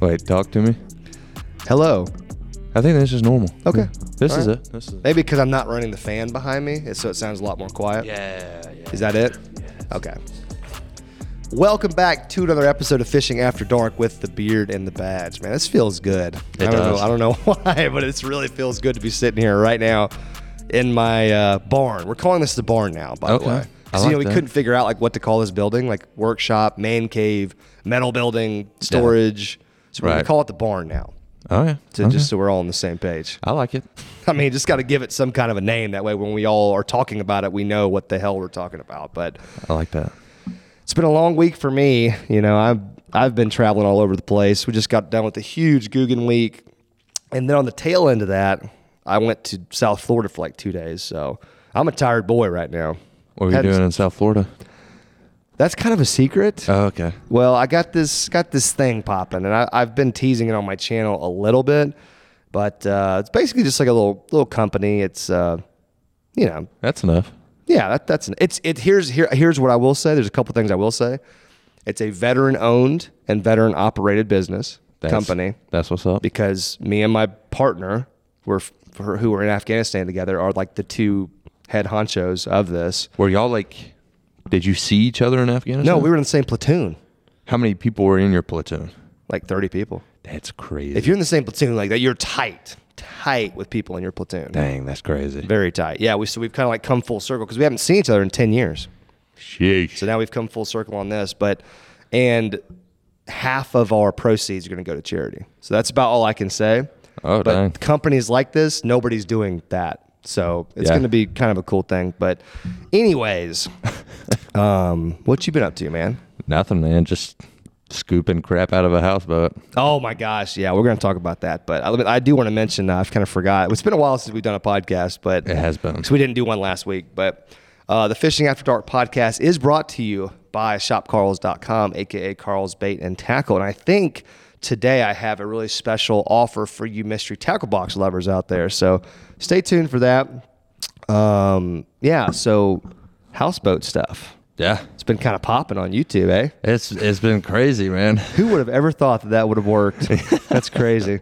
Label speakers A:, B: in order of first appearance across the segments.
A: Wait, talk to me.
B: Hello.
A: I think this is normal.
B: Okay.
A: Yeah. This
B: All
A: is
B: right.
A: it. This is it.
B: Maybe because I'm not running the fan behind me, it- so it sounds a lot more quiet.
A: Yeah, yeah.
B: Is that it? Okay. Welcome back to another episode of Fishing After Dark with the beard and the badge. Man, this feels good. I don't
A: does.
B: know. I don't know why, but it really feels good to be sitting here right now in my uh, barn. We're calling this the barn now, by
A: Okay.
B: the way.
A: I
B: 'Cause, you
A: like
B: know, we
A: that.
B: couldn't figure out like what to call this building, like workshop, man cave, metal building, storage. So we're gonna
A: Right.
B: call it the barn now.
A: All right.
B: To
A: Oh, Okay.
B: just so we're all on the same page.
A: I like it.
B: I mean, just got to give it some kind of a name. That way, when we all are talking about it, we know what the hell we're talking about. But
A: I like that.
B: it's been a long week for me. You know, I've I've been traveling all over the place. We just got done with a huge Guggen week, and then on the tail end of that, I went to South Florida for like two days. So I'm a tired boy right now.
A: What are you
B: Had-
A: doing in South Florida?
B: That's kind of a secret.
A: Oh, okay.
B: Well, I got this got this thing popping, and I, I've been teasing it on my channel a little bit, but uh, it's basically just like a little little company. It's uh, you know
A: That's enough.
B: Yeah, that, that's an, it's it. Here's here here's what I will say. There's a couple things I will say. It's a veteran owned and veteran operated business
A: That's,
B: company
A: That's what's up.
B: because me and my partner were f- for, who were in Afghanistan together are like the two head honchos of this.
A: Were y'all like? Did you see each other in Afghanistan?
B: No, we were in the same platoon,
A: How many people were in your platoon?
B: like 30 people.
A: That's crazy.
B: If you're in the same platoon like that, you're tight, tight with people in your platoon.
A: Dang, that's crazy.
B: Very tight. Yeah, we so we've kind of like come full circle because we haven't seen each other in 10 years.
A: Sheesh.
B: So now we've come full circle on this, but and half of our proceeds are going to go to charity. So that's about all I can say.
A: Oh,
B: but
A: dang.
B: companies like this, nobody's doing that. So it's
A: Yeah.
B: going to be kind of a cool thing. But anyways, um, what you been up to, man?
A: Nothing, man. Just scooping crap out of a houseboat.
B: Oh my gosh, yeah, we're going to talk about that. But I, I do want to mention, uh, I've kind of forgot. It's been a while since we've done a podcast, but
A: It has been.
B: So we didn't do one last week, but uh, the Fishing After Dark podcast is brought to you by shopcarls.com, aka Carl's Bait and Tackle. And I think today I have a really special offer for you mystery tackle box lovers out there. So stay tuned for that. Um, yeah, so houseboat stuff.
A: Yeah.
B: It's been kind of popping on YouTube, eh?
A: It's it's been crazy, man.
B: Who would have ever thought that that would have worked? That's crazy.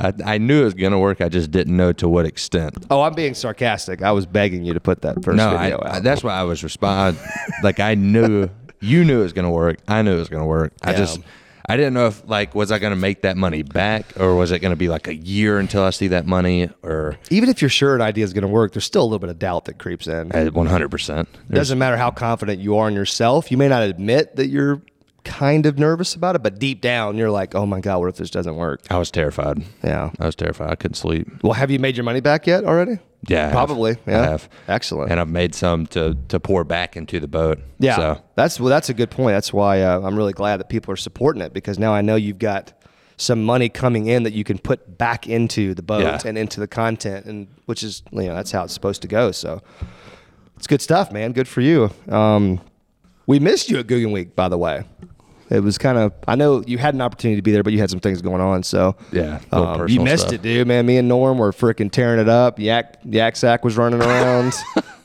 A: I, I knew it was gonna work. I just didn't know to what extent.
B: Oh, I'm being sarcastic. I was begging you to put that first
A: No, I,
B: video out.
A: I- that's why I was responding. like I knew you knew it was gonna work. I knew it was gonna work. I
B: Yeah.
A: just I didn't know if like was I gonna make that money back or was it gonna be like a year until I see that money or
B: Even if you're sure an idea is going to work, there's still a little bit of doubt that creeps in.
A: one hundred percent.
B: doesn't matter how confident you are in yourself. You may not admit that you're kind of nervous about it, but deep down you're like, "Oh my god, what if this doesn't work?"
A: I was terrified.
B: Yeah.
A: I was terrified. I couldn't sleep.
B: Well, have you made your money back yet already?
A: Yeah, I have.
B: probably.
A: I
B: Yeah,
A: have.
B: excellent.
A: And I've made some to to pour back into the boat.
B: yeah,
A: So
B: that's well, that's a good point. That's why uh, I'm really glad that people are supporting it because now I know you've got some money coming in that you can put back into the boat
A: Yeah.
B: and into the content, and which is you know that's how it's supposed to go. So it's good stuff, man. Good for you. Um, we missed you at Guggen Week, by the way. It was kind of I know you had an opportunity to be there, but you had some things going on, so
A: Yeah, little
B: um, you
A: personal
B: missed
A: stuff.
B: it, dude. Man, me and Norm were freaking tearing it up. Yak Yak Sack was running around.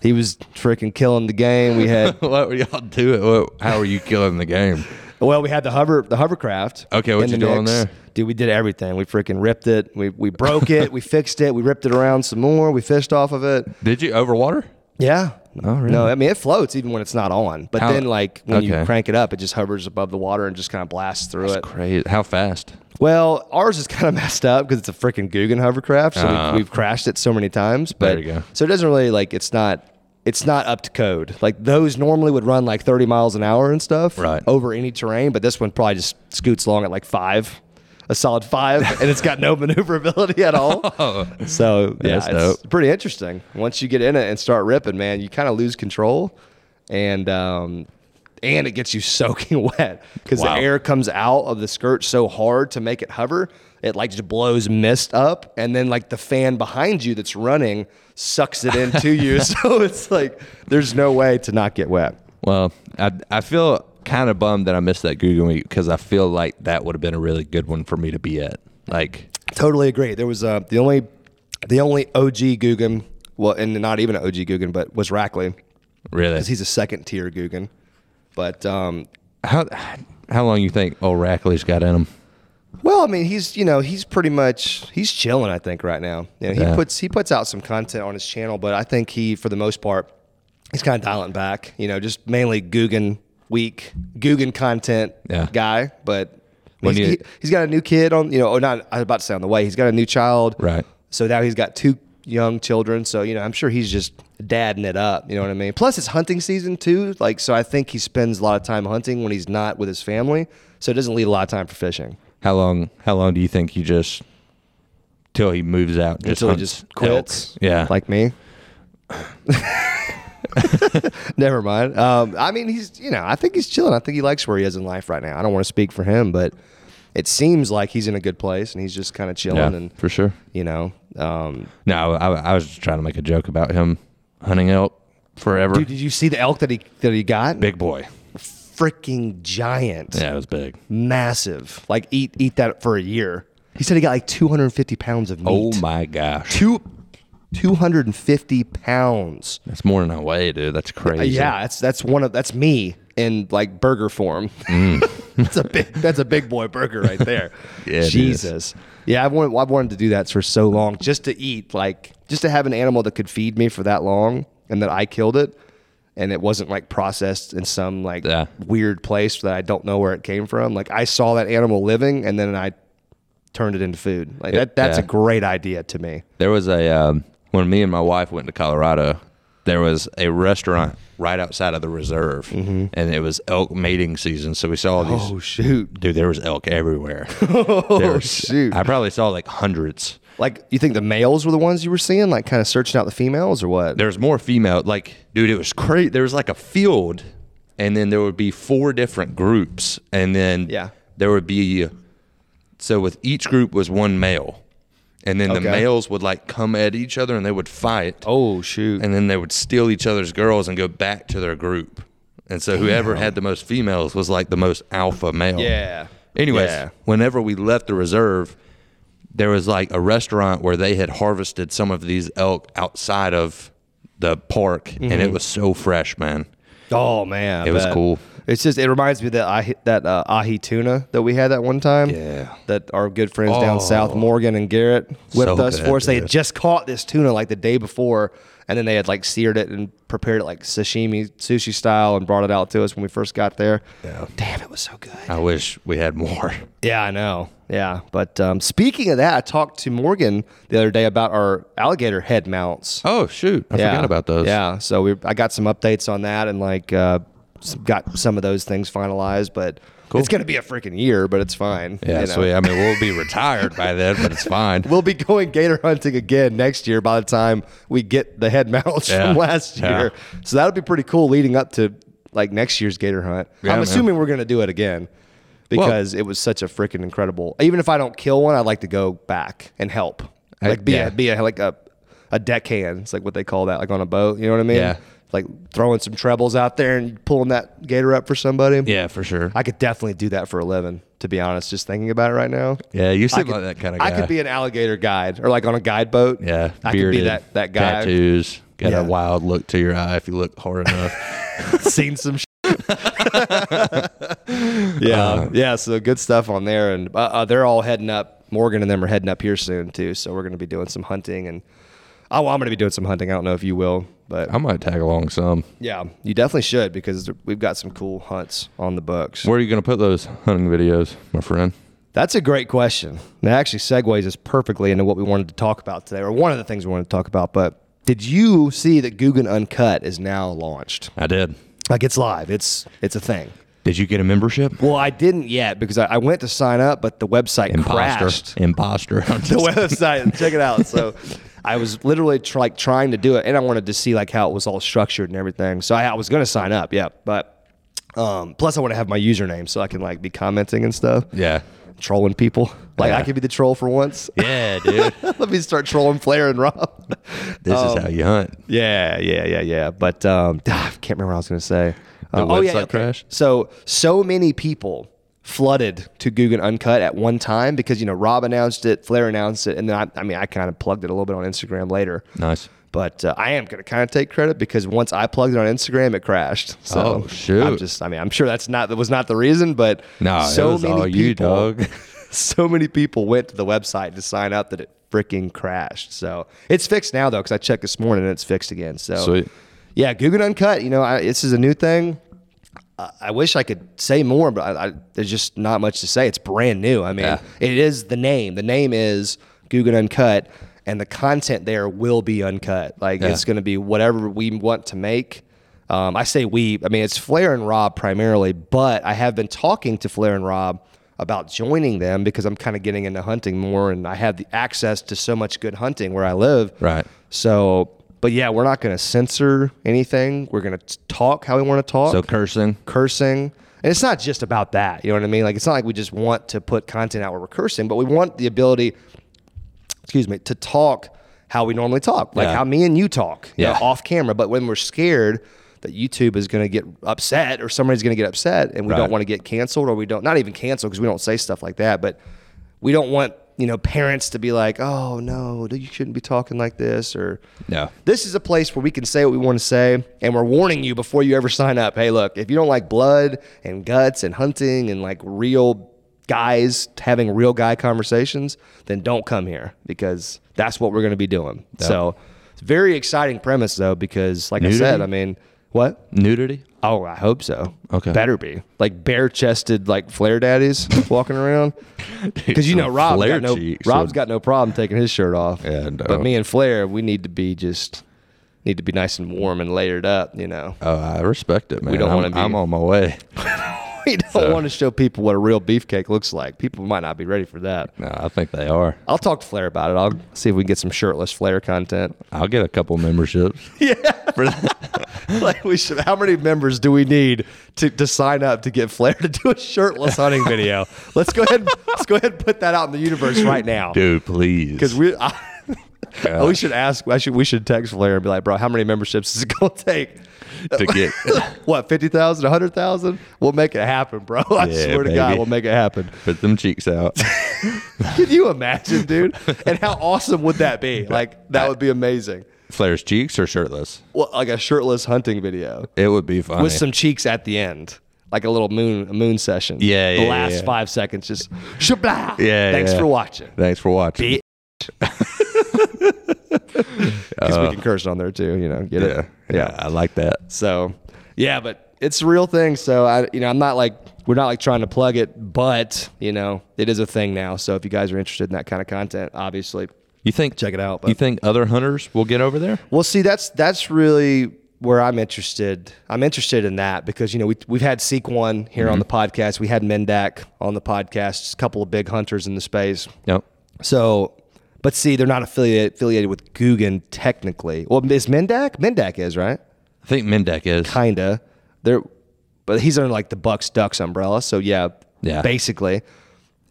B: he was freaking killing the game. We had
A: what were y'all doing? What, how are you killing the game?
B: Well, we had the hover the hovercraft.
A: Okay, what'd
B: in
A: you
B: the
A: do on
B: mix.
A: there?
B: Dude, we did everything. We freaking ripped it. We we broke it. we fixed it. We ripped it around some more. We fished off of it.
A: Did you overwater?
B: Yeah.
A: Oh, really?
B: No, I mean it floats even when it's not on. But
A: How-
B: then like when you
A: okay.
B: crank it up, it just hovers above the water and just kind of blasts through it.
A: Crazy. How fast?
B: Well, ours is kind of messed up because it's a freaking Guggen hovercraft, so
A: Ah.
B: we've, we've crashed it so many times. But
A: There you go.
B: so it doesn't really like it's not it's not up to code. Like those normally would run like 30 miles an hour and stuff
A: Right.
B: over any terrain, but this one probably just scoots along at like five, a solid five, and it's got no maneuverability at all. So yeah,
A: Oh. That's
B: it's
A: dope.
B: pretty interesting. Once you get in it and start ripping, man, you kind of lose control, and um, and it gets you soaking wet because
A: Wow.
B: the air comes out of the skirt so hard to make it hover, it like just blows mist up, and then like the fan behind you that's running sucks it into you. So it's like there's no way to not get wet.
A: Well, I I feel kind of bummed that I missed that Google Meet because I feel like that would have been a really good one for me to be at. Like,
B: Totally agree. There was uh, the only the only OG Guggen, well, and not even an OG Guggen, but was Rackley.
A: really,
B: 'cause he's a second tier Guggen. But um,
A: how how long you think old Rackley's got in him?
B: Well, I mean, he's you know he's pretty much he's chilling. I think right now, you know, he
A: Yeah.
B: puts he puts out some content on his channel, but I think he for the most part he's kind of dialing back. You know, just mainly Googan week Googan content
A: Yeah.
B: guy. But
A: When
B: he's,
A: you-
B: he, has got a new kid on you know or not I was about to say on the way. He's got a new child,
A: Right.
B: So now he's got two young children. So you know, I'm sure he's just dadding it up. You know what I mean? Plus, it's hunting season too. Like, so I think he spends a lot of time hunting when he's not with his family. So it doesn't leave a lot of time for fishing.
A: How long? How long do you think you just till he moves out? Just
B: until he
A: hunts
B: just quits.
A: elk? Yeah,
B: like me. Never mind. Um, I mean, he's you know, I think he's chilling. I think he likes where he is in life right now. I don't want to speak for him, but it seems like he's in a good place and he's just kind of chilling
A: yeah,
B: and
A: for sure.
B: you know, um,
A: No, I, I was just trying to make a joke about him hunting elk forever.
B: dude, did you see the elk that he that he got?
A: big boy.
B: Freaking giant,
A: Yeah, it was big.
B: massive. Like eat eat that for a year. He said he got like 250 pounds of meat.
A: Oh my gosh,
B: two. 250 pounds.
A: that's more than I weigh, dude. That's crazy.
B: Yeah, that's that's one of that's me in like burger form. that's a big that's a big boy burger right there.
A: Mm. Yeah, it is.
B: Jesus. Yeah, I've wanted I've wanted to do that for so long just to eat like just to have an animal that could feed me for that long and that I killed it and it wasn't like processed in some like
A: Yeah.
B: weird place that I don't know where it came from. Like I saw that animal living and then I turned it into food. Like that that's
A: yeah.
B: a great idea to me.
A: There was a um, when me and my wife went to Colorado. There was a restaurant right outside of the reserve, and it was elk mating season. So we saw all these.
B: Mm-hmm. Oh shoot.
A: Dude, there was elk everywhere. oh
B: shoot.
A: I probably saw like hundreds.
B: Like you think the males were the ones you were seeing like kind of searching out the females or what?
A: There's more female. Like, dude, it was crazy. There was like a field, and then there would be four different groups, and then
B: Yeah.
A: there would be. So with each group was one male, and then
B: Okay.
A: the males would like come at each other and they would fight.
B: Oh shoot!
A: and then they would steal each other's girls and go back to their group. And so whoever had the most females was like the most alpha male.
B: yeah.
A: Anyways,
B: Yeah.
A: whenever we left the reserve, there was like a restaurant where they had harvested some of these elk outside of the park, and
B: Mm-hmm.
A: it was so fresh, man.
B: Oh man, I
A: It was
B: bet.
A: cool.
B: It's just it reminds me of that ahi, that uh, ahi tuna that we had that one time.
A: Yeah.
B: That our good friends down
A: Oh.
B: south, Morgan and Garrett, whipped
A: So
B: us
A: good,
B: for us. They had
A: dude.
B: just caught this tuna like the day before, and then they had like seared it and prepared it like sashimi sushi style and brought it out to us when we first got there. Yeah. Damn, it was so good.
A: I wish we had more.
B: Yeah, I know. Yeah, but um, speaking of that, I talked to Morgan the other day about our alligator head mounts.
A: Oh shoot, I forgot about those.
B: Yeah, so we I got some updates on that and like uh, s- got some of those things finalized, but it's gonna be a freaking year, but it's fine.
A: yeah.
B: you know.
A: So I mean, we'll be retired by then, but it's fine.
B: We'll be going gator hunting again next year by the time we get the head mounts
A: Yeah.
B: from last
A: Yeah.
B: year. So that'll be pretty cool leading up to like next year's gator hunt.
A: Yeah,
B: I'm
A: man.
B: assuming we're going to do it again because it was such a freaking incredible. Even if I don't kill one, I'd like to go back and help.
A: I-
B: Like be
A: yeah.
B: a, be a, like a a deckhand. It's like what they call that like on a boat, you know what I mean?
A: Yeah.
B: Like throwing some trebles out there and pulling that gator up for somebody.
A: yeah, for sure.
B: I could definitely do that for a living, to be honest, just thinking about it right now.
A: yeah, you
B: I
A: seem
B: could-
A: like that kind of guy.
B: I could be an alligator guide or like on a guide boat.
A: Yeah,
B: I could be that that guy.
A: Tattoos, got
B: Yeah.
A: a wild look to your eye if you look hard enough.
B: Seen some. shit. yeah,
A: Uh-huh.
B: yeah. So good stuff on there, and uh, uh, they're all heading up. Morgan and them are heading up here soon too. So we're going to be doing some hunting, and oh, well, I'm going to be doing some hunting. I don't know if you will, but
A: I might tag along some.
B: yeah, you definitely should because we've got some cool hunts on the books.
A: Where are you gonna put those hunting videos, my friend?
B: That's a great question. That actually segues us perfectly into what we wanted to talk about today, or one of the things we wanted to talk about. But did you see that Guggen Uncut is now launched?
A: I did.
B: Like it's live. It's it's a thing.
A: Did you get a membership?
B: Well, I didn't yet because I, I went to sign up, but the website crashed.
A: Imposter. Imposter. I'm
B: The
A: just-
B: website. check it out. So. I was literally tr- like trying to do it, and I wanted to see like how it was all structured and everything. So I, I was going to sign up, yeah. But um, plus, I want to have my username so I can like be commenting and stuff,
A: yeah.
B: trolling people. Like I
A: Yeah.
B: could be the troll for once.
A: Yeah, dude.
B: Let me start trolling Flair and Rob.
A: this
B: Oh.
A: is how you hunt.
B: yeah, yeah, yeah, yeah. But um, I can't remember what I was going to say.
A: The
B: Uh, oh, yeah,
A: website
B: okay.
A: crashed?
B: So, so many people flooded to Guggen Uncut at one time because, you know, Rob announced it, Flair announced it, and then I, I mean, I kind of plugged it a little bit on Instagram later.
A: Nice.
B: But uh, I am going to kind of take credit because once I plugged it on Instagram, it crashed. So
A: Oh, shoot.
B: I'm just, I mean, I'm sure that's not, that was not the reason, but
A: No, it
B: so
A: was
B: many
A: all you,
B: people
A: dog.
B: so many people went to the website to sign up that it freaking crashed. So it's fixed now though, because I checked this morning and it's fixed again. So
A: Sweet.
B: yeah, Google Uncut. You know, I, this is a new thing. I, I wish I could say more, but I, I, there's just not much to say. It's brand new. I mean,
A: Yeah.
B: it is the name. The name is Google Uncut, and the content there will be uncut. Like
A: Yeah.
B: it's going to be whatever we want to make. Um, I say we. I mean, it's Flair and Rob primarily, but I have been talking to Flair and Rob about joining them because I'm kind of getting into hunting more, and I have the access to so much good hunting where I live.
A: Right.
B: So, but yeah, we're not going to censor anything. We're going to talk how we want to talk
A: So cursing.
B: cursing. And it's not just about that. You know what I mean? Like, it's not like we just want to put content out where we're cursing, but we want the ability, excuse me, to talk how we normally talk, like
A: Yeah.
B: how me and you talk you know,
A: Yeah.
B: off camera. But when we're scared that YouTube is going to get upset or somebody's going to get upset and we
A: Right.
B: don't want to get canceled or we don't, not even canceled because we don't say stuff like that, but we don't want, you know, parents to be like, oh, no, you shouldn't be talking like this or,
A: Yeah.
B: this is a place where we can say what we want to say, and we're warning you before you ever sign up. Hey, look, if you don't like blood and guts and hunting and like real guys having real guy conversations, then don't come here because that's what we're going to be doing. So, it's a very exciting premise though, because like I said,
A: Nudity?
B: I mean, what?
A: Nudity.
B: Oh, I hope so.
A: Okay.
B: better be like bare chested, like flare daddies walking around. Because you know Rob
A: Flare
B: got no,
A: cheeks.
B: Rob's got no problem taking his shirt off.
A: Yeah, no.
B: But me and Flair, we need to be just need to be nice and warm and layered up. You know,
A: Oh, I respect it, man.
B: don't
A: I'm-
B: wanna be-
A: I'm on my way.
B: we don't want to show people what a real beefcake looks like. People might not be ready for that.
A: No, I think they are.
B: I'll talk to Flair about it. I'll see if we can get some shirtless Flair content.
A: I'll get a couple memberships.
B: like we should. How many members do we need to, to sign up to get Flair to do a shirtless hunting video? Let's go ahead. and- Let's go ahead and put that out in the universe right now.
A: Dude, please.
B: Because we, I,
A: Uh,
B: Oh, we should ask. I should, we should text Flair and be like, bro, how many memberships is it gonna take?
A: to get
B: What, 50,000, 100,000? We'll make it happen, bro. I
A: Yeah,
B: swear to God,
A: baby.
B: we'll make it happen.
A: put them cheeks out.
B: Can you imagine, dude? And how awesome would that be? Like, that would be amazing.
A: Flair's cheeks or shirtless?
B: Well, like a shirtless hunting video
A: It would be funny.
B: with some cheeks at the end. Like a little moon a moon session.
A: Yeah,
B: The
A: yeah,
B: last
A: yeah.
B: five seconds, just shabla.
A: Yeah,
B: Thanks
A: yeah.
B: for watching.
A: Thanks for watching.
B: Because we can curse on there too, you know. Get
A: Uh-huh. yeah.
B: it?
A: yeah, I like that.
B: So yeah, but it's a real thing. So I, you know, I'm not like we're not like trying to plug it, but you know, it is a thing now. So if you guys are interested in that kind of content, obviously,
A: You think?
B: check it out.
A: You
B: But
A: think other hunters will get over there?
B: well, see, that's that's really where I'm interested. I'm interested in that because you know we we've had Seek One here on the podcast. We had Mendak on the podcast. Just a couple of big hunters in the space.
A: No.
B: So, but see, they're not affiliated affiliated with Guggen technically. Well, is Mendak? Mendak is right.
A: I think Mendek is.
B: kinda. They're, but he's under like the Bucks Ducks umbrella. So yeah,
A: Yeah.
B: basically.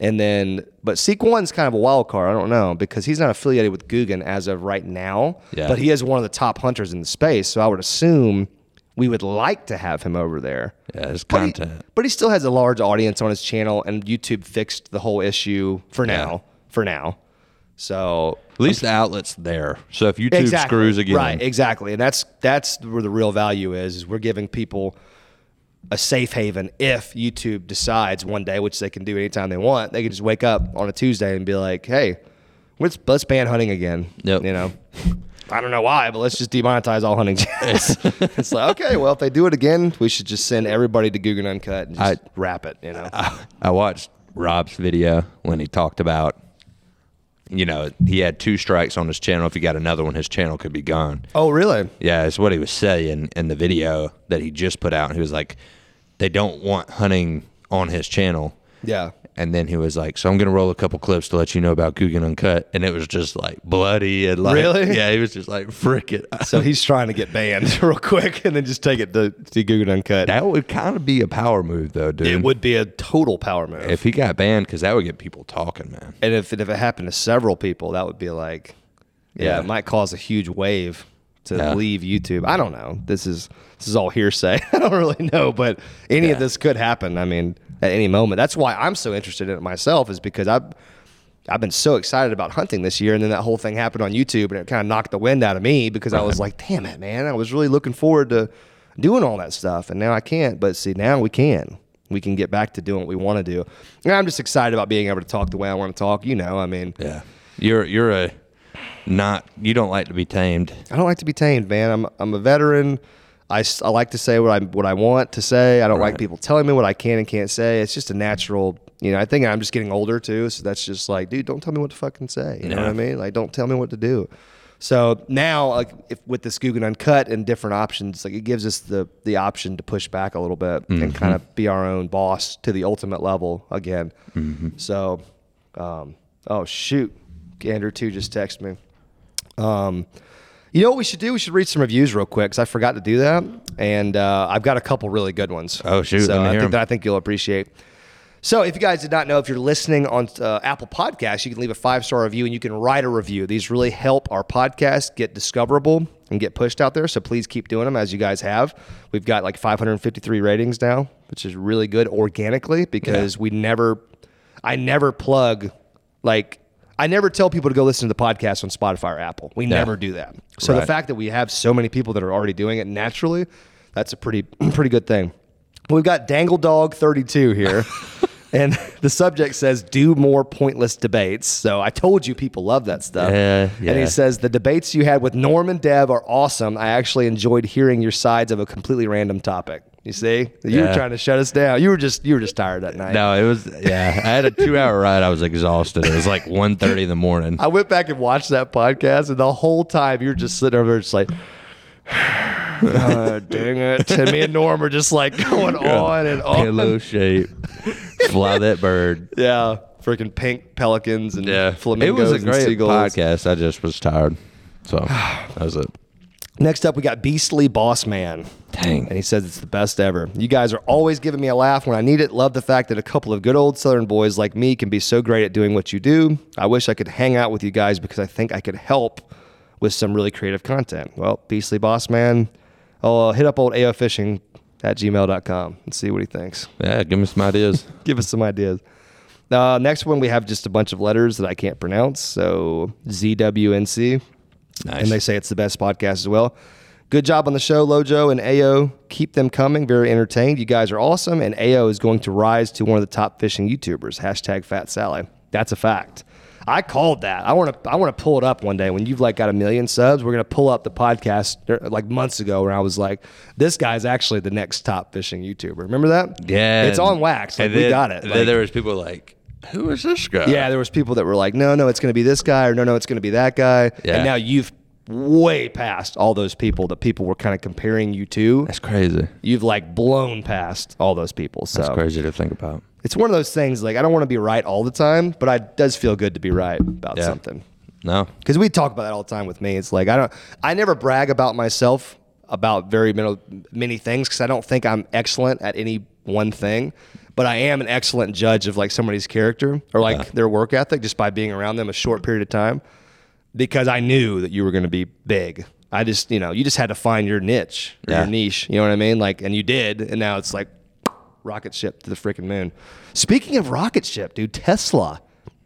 B: And then, but Seek One's kind of a wild card. I don't know because he's not affiliated with Guggen as of right now.
A: Yeah.
B: But he is one of the top hunters in the space. So I would assume we would like to have him over there.
A: Yeah, it's
B: But he-
A: content.
B: But he still has a large audience on his channel, and YouTube fixed the whole issue for now. For now. So
A: At least the outlet's there. So if YouTube screws again,
B: Right, exactly. And that's that's where the real value is, is we're giving people a safe haven if YouTube decides one day, which they can do anytime they want, they can just wake up on a Tuesday and be like, Hey, let's let's ban hunting again.
A: Yep.
B: You know. I don't know why, but let's just demonetize all hunting channels. it's like, okay, well, if they do it again, we should just send everybody to Google Uncut and just
A: I-
B: wrap it, you know.
A: I watched Rob's video when he talked about, you know, he had two strikes on his channel. If he got another one, his channel could be gone.
B: oh, really?
A: Yeah, it's what he was saying in the video that he just put out. He was like, they don't want hunting on his channel.
B: Yeah.
A: And then he was like, so I'm going to roll a couple clips to let you know about Guggen Uncut. And it was just like bloody and like,
B: Really?
A: yeah, he was just like, frick it.
B: So he's trying to get banned real quick and then just take it to, to Google Uncut.
A: That would kind of be a power move though, dude.
B: It would be a total power move.
A: If he got banned, because that would get people talking, man.
B: and if it, if it happened to several people, that would be like, yeah,
A: Yeah.
B: it might cause a huge wave to
A: Yeah.
B: leave YouTube. I don't know. This is this is all hearsay. I don't really know, but any of
A: Yeah.
B: this could happen. I mean, at any moment. That's why I'm so interested in it myself, is because I've I've been so excited about hunting this year, and then that whole thing happened on YouTube, and it kind of knocked the wind out of me because I was like, damn it, man, I was really looking forward to doing all that stuff, and now I can't. But see, now we can. we can get back to doing what we want to do. And I'm just excited about being able to talk the way I want to talk. You know, I mean,
A: Yeah. You're you're a not you don't like to be tamed.
B: I don't like to be tamed, man. I'm I'm a veteran. I, s- I like to say what I what I want to say. I don't like
A: Right.
B: people telling me what I can and can't say. It's just a natural, you know. I think I'm just getting older too, so that's just like, dude, don't tell me what to fucking say. You know what I
A: Yeah.
B: mean? Like, don't tell me what to do. So now, like, if with this Guggen Uncut and different options, like it gives us the the option to push back a little bit
A: Mm-hmm.
B: and kind of be our own boss to the ultimate level again.
A: Mm-hmm.
B: So, um, oh shoot, Andrew too just texted me. Um, you know what we should do? We should read some reviews real quick because I forgot to do that, and uh, I've got a couple really good ones.
A: Oh, shoot,
B: So
A: let me
B: I
A: hear
B: think
A: 'em.
B: that I think you'll appreciate. So, if you guys did not know, if you're listening on uh, Apple Podcasts, you can leave a five star review and you can write a review. These really help our podcast get discoverable and get pushed out there. So, please keep doing them as you guys have. We've got like 553 ratings now, which is really good organically because we never, I never plug, like, I never tell people to go listen to the podcast on Spotify or Apple. We never do that. So, the
A: Right.
B: fact that we have so many people that are already doing it naturally, that's a pretty pretty good thing. We've got Dangle Dog 32 here. and the subject says do more pointless debates. So I told you people love that stuff.
A: Yeah,
B: And
A: yeah.
B: he says the debates you had with Norm and Dev are awesome. I actually enjoyed hearing your sides of a completely random topic. You see? You were
A: Yeah.
B: trying to shut us down. You were just you were just tired that night.
A: No, it was yeah. I had a two hour ride. I was exhausted. It was like 1.30 in the morning.
B: I went back and watched that podcast, and the whole time you're just sitting over there, just like, "Ah, dang it. And me and Norm are just like going on and on.
A: Pillow shape. Fly that bird.
B: Yeah. Freaking pink pelicans and flamingos
A: It was a
B: and
A: great
B: seagulls.
A: podcast. I just was tired. So that was it.
B: Next up, we got Beastly Boss Man.
A: Dang.
B: And he says it's the best ever. You guys are always giving me a laugh when I need it. Love the fact that a couple of good old Southern boys like me can be so great at doing what you do. I wish I could hang out with you guys because I think I could help with some really creative content. Well, Beastly Boss Man, oh, hit up old AO Fishing at gmail.com and see what he thinks.
A: Yeah, give me some ideas.
B: Give us some ideas. Uh, next one, we have just a bunch of letters that I can't pronounce. So ZWNC.
A: Nice.
B: And they say it's the best podcast as well. Good job on the show, Lojo and AO. Keep them coming. Very entertained. You guys are awesome. And AO is going to rise to one of the top fishing YouTubers. Hashtag Fat Sally. That's a fact. I called that. I want to. I want to pull it up one day when you've like got a million subs. We're gonna pull up the podcast uh, like months ago where I was like, "This guy's actually the next top fishing YouTuber." Remember that?
A: yeah.
B: it's on wax. Like,
A: And
B: we
A: then-
B: got it.
A: Then
B: Like-
A: there was people like, who is this guy?
B: yeah, there was people that were like, no, no, it's going to be this guy, or no, no, it's going to be that guy.
A: Yeah.
B: And now you've way past all those people that people were kind of comparing you to.
A: That's crazy.
B: You've like blown past all those people. So
A: That's crazy to think about.
B: it's one of those things. Like I don't want to be right all the time, but I it does feel good to be right about
A: Yeah.
B: something.
A: No.
B: Because we talk about that all the time with me. It's like I don't, I never brag about myself about very many, many things because I don't think I'm excellent at any one thing, but I am an excellent judge of like somebody's character or like their work ethic just by being around them a short period of time. Because I knew that you were going to be big. I just, you know, you just had to find your niche, or
A: Yeah.
B: your niche. You know what I mean? Like, and you did, and now it's like rocket ship to the freaking moon. Speaking of rocket ship, dude, Tesla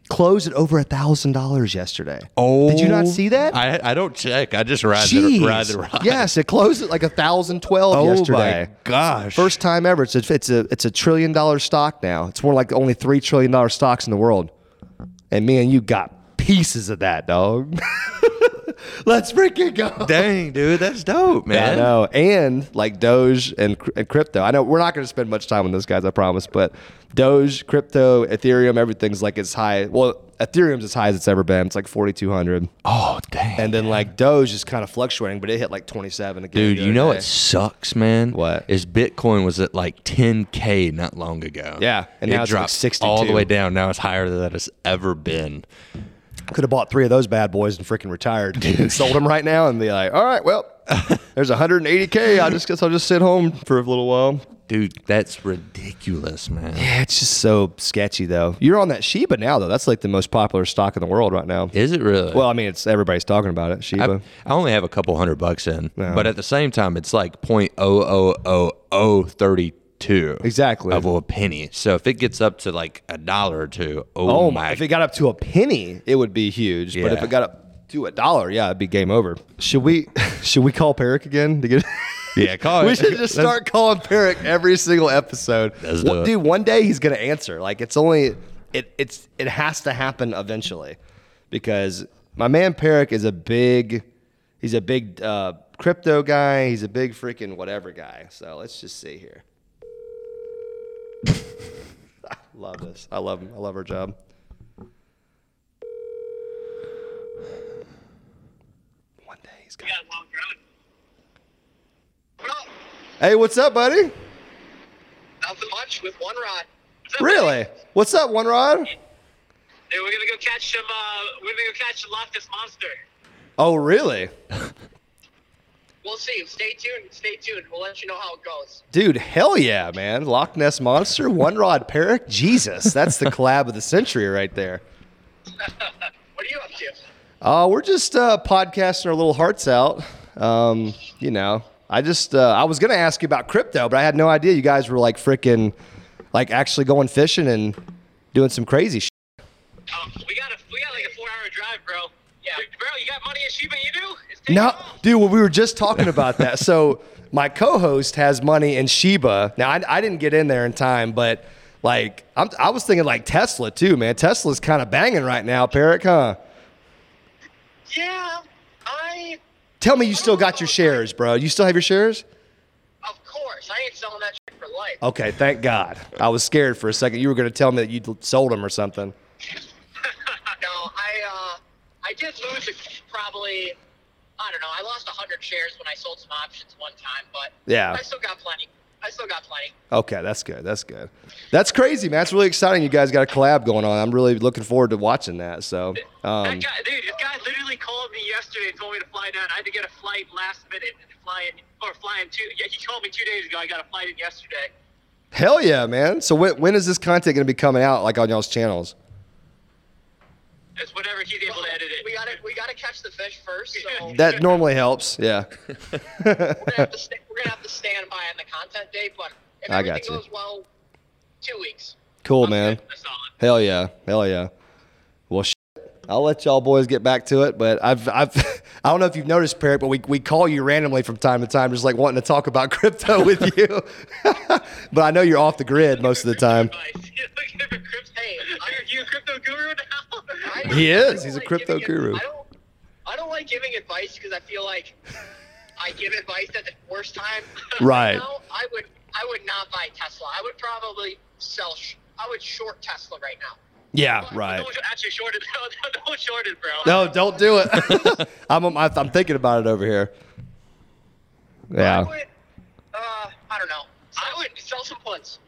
B: closed at over a thousand dollars yesterday. did you not see that?
A: Oh. I, I don't check. I just ride
B: Jeez.
A: the ride the ride.
B: Yes, it closed at like a thousand twelve
A: Oh
B: yesterday.
A: my gosh.
B: First time ever. It's a, it's a it's a trillion dollar stock now. It's one of like only three trillion dollar stocks in the world. And me and you got pieces of that, dog. Let's freaking go.
A: Dang, dude, that's dope,
B: I
A: man.
B: know. And like Doge and, cr- and crypto. I know we're not going to spend much time on those guys, I promise, but Doge, crypto, Ethereum, everything's like as high. Well, Ethereum's as high as it's ever been. It's like 4,200.
A: Oh, dang.
B: And then like Doge is kind of fluctuating, but it hit like 27 again.
A: Dude,
B: the
A: you
B: other
A: know
B: day.
A: what sucks, man?
B: What?
A: Is Bitcoin was at like 10K not long ago.
B: Yeah, and
A: it
B: now it's like
A: dropped all the
B: 62.
A: way down. Now it's higher than that it's ever been.
B: Could have bought three of those bad boys and freaking retired. Sold them right now and be like, all right, well, there's 180K. I just guess I'll just sit home for a little while.
A: Dude, that's ridiculous, man.
B: Yeah, it's just so sketchy though. You're on that Sheba now though. That's like the most popular stock in the world right now.
A: Is it really?
B: Well, I mean, it's everybody's talking about it.
A: I,
B: Sheba.
A: I only have a couple hundred bucks in, but at the same time, it's like 0.00032
B: Exactly.
A: of a penny. So if it gets up to like a dollar or two, oh,
B: oh my!
A: my
B: If it got up to a penny, it would be huge. But if
A: Yeah.
B: it got up to a dollar, yeah, it'd be game over. Should we should we call Peric again to get?
A: Yeah, call
B: we
A: it.
B: should just start calling Peric every single episode.
A: Let's
B: One-
A: do it.
B: Dude, one day he's gonna answer. Like it's only it it's it has to happen eventually, because my man Peric is a big he's a big uh, crypto guy. He's a big freaking whatever guy. So let's just see here. I love this. I love him. I love our job. One day he's gonna.
C: What up?
B: Hey, what's up, buddy?
C: Nothing much with one rod. What's up,
B: Really?
C: buddy?
B: What's up, One Rod?
C: Hey, we're gonna go catch some. Uh, we're gonna go catch the Loch Ness monster.
B: Oh, really?
C: We'll see. Stay tuned. Stay tuned. We'll let you know how it goes.
B: Dude, hell yeah, man. Loch Ness Monster, One Rod Peric. Jesus, that's the collab of the century right there.
C: What are you up to?
B: Uh, we're just uh, podcasting our little hearts out. Um, you know, I just, uh, I was going to ask you about crypto, but I had no idea you guys were like freaking, like actually going fishing and doing some crazy shit.
C: Um, we got a we got like a four hour drive, bro. Yeah, bro. You got money in Shiba Inu? It's taking
B: No,
C: off.
B: dude, well, we were just talking about that. So my co-host has money in Sheba. Now I, I didn't get in there in time, but like I'm, I was thinking like Tesla too, man. Tesla's kind of banging right now, Parrot, huh?
C: Yeah, I.
B: Tell me you still got your shares, bro. You still have your shares?
C: Of course, I ain't selling that shit for life.
B: Okay, thank God. I was scared for a second. You were going to tell me that you'd sold them or something.
C: no, I uh, I did lose a, probably I don't know. I lost hundred shares when I sold some options one time, but
B: Yeah.
C: I still got plenty. I still got plenty.
B: Okay, that's good. That's good. That's crazy, man. It's really exciting. You guys got a collab going on. I'm really looking forward to watching that. So, um,
C: that guy, dude, this guy literally called me yesterday and told me to fly down. I had to get a flight last minute and fly in, or flying two. Yeah, he called me two days ago. I got a flight in yesterday.
B: hell yeah, man. So when, when is this content going to be coming out, like on y'all's channels?
C: It's whenever he's able to edit it. We gotta, we gotta catch the fish first. So we're, gonna
B: That normally helps. Yeah.
C: have to sta- we're gonna have to stand by on the content day, but if
B: I
C: everything
B: got you.
C: goes well, two weeks.
B: Cool,
C: I'm
B: man.
C: good. That's solid.
B: Hell yeah. Hell yeah. Well, sh- I'll let y'all boys get back to it, but I've, I've, I don't know if you've noticed, Parrot, but we, we call you randomly from time to time, just like wanting to talk about crypto with you. but I know you're off the grid most of the time.
C: Hey, are you a crypto guru now?
B: He is. He's a
C: like
B: crypto
C: giving-
B: guru.
C: I don't, I don't like giving advice because I feel like I give advice at the worst time.
B: Right.
C: now, I would, I would not buy Tesla. I would probably sell. Sh- I would short Tesla right now.
B: Yeah, right.
C: No one actually shorted. No, no, one shorted, bro.
B: No, don't do it. I'm, I'm, I'm thinking about it over here.
C: I
B: Yeah.
C: would. Uh, I don't know. I would sell some puts.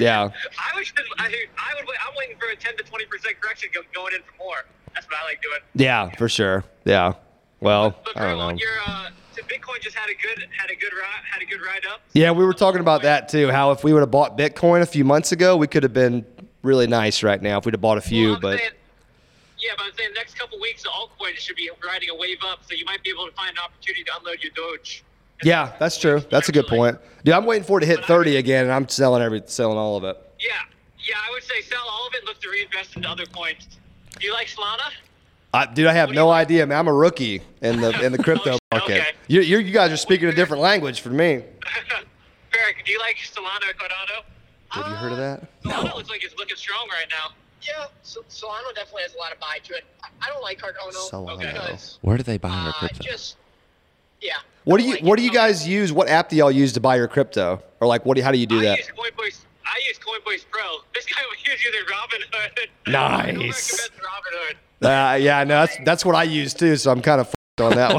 B: Yeah.
C: I was. Just, I, I would. wait- I'm waiting for a 10 to 20 percent correction go- going in for more. That's what I like doing.
B: Yeah, for sure. Yeah. Well,
C: But
B: I don't
C: bro,
B: know.
C: your uh, so Bitcoin just had a good had a good ride had a good ride up.
B: Yeah, we were talking about that too. How if we would have bought Bitcoin a few months ago, we could have been really nice right now if we'd have bought a few.
C: Well, I'm
B: but
C: saying, yeah, but I'm saying next couple weeks the altcoin should be riding a wave up, so you might be able to find an opportunity to unload your Doge.
B: yeah, that's true. That's a good point. Dude, I'm waiting for it to hit 30 again, and I'm selling every selling all of it.
C: Yeah, yeah, I would say sell all of it, look to reinvest into other coins. Do you like Solana?
B: I, dude, I have no idea, man. I'm a rookie in the in the crypto
C: Okay.
B: market. You, you you guys are speaking a different language for me.
C: Eric, do you like Solana or Cardano?
B: Have you heard of that?
C: Solana looks like it's looking strong right now. Yeah, Solana definitely has a lot of buy to it. I don't like Cardano.
B: Solana. because,
A: Where do they buy their crypto?
C: uh, just, yeah. um,
B: What do you What do you guys use? What app do y'all use to buy your crypto? Or like, what? Do, how do you do
C: I
B: that?
C: use Coinbase. I use Coinbase Pro. This guy was using Robinhood.
B: Nice.
C: I don't recommend Robinhood.
B: Uh, yeah, no, that's that's what I use too. So I'm kind of f***ed on that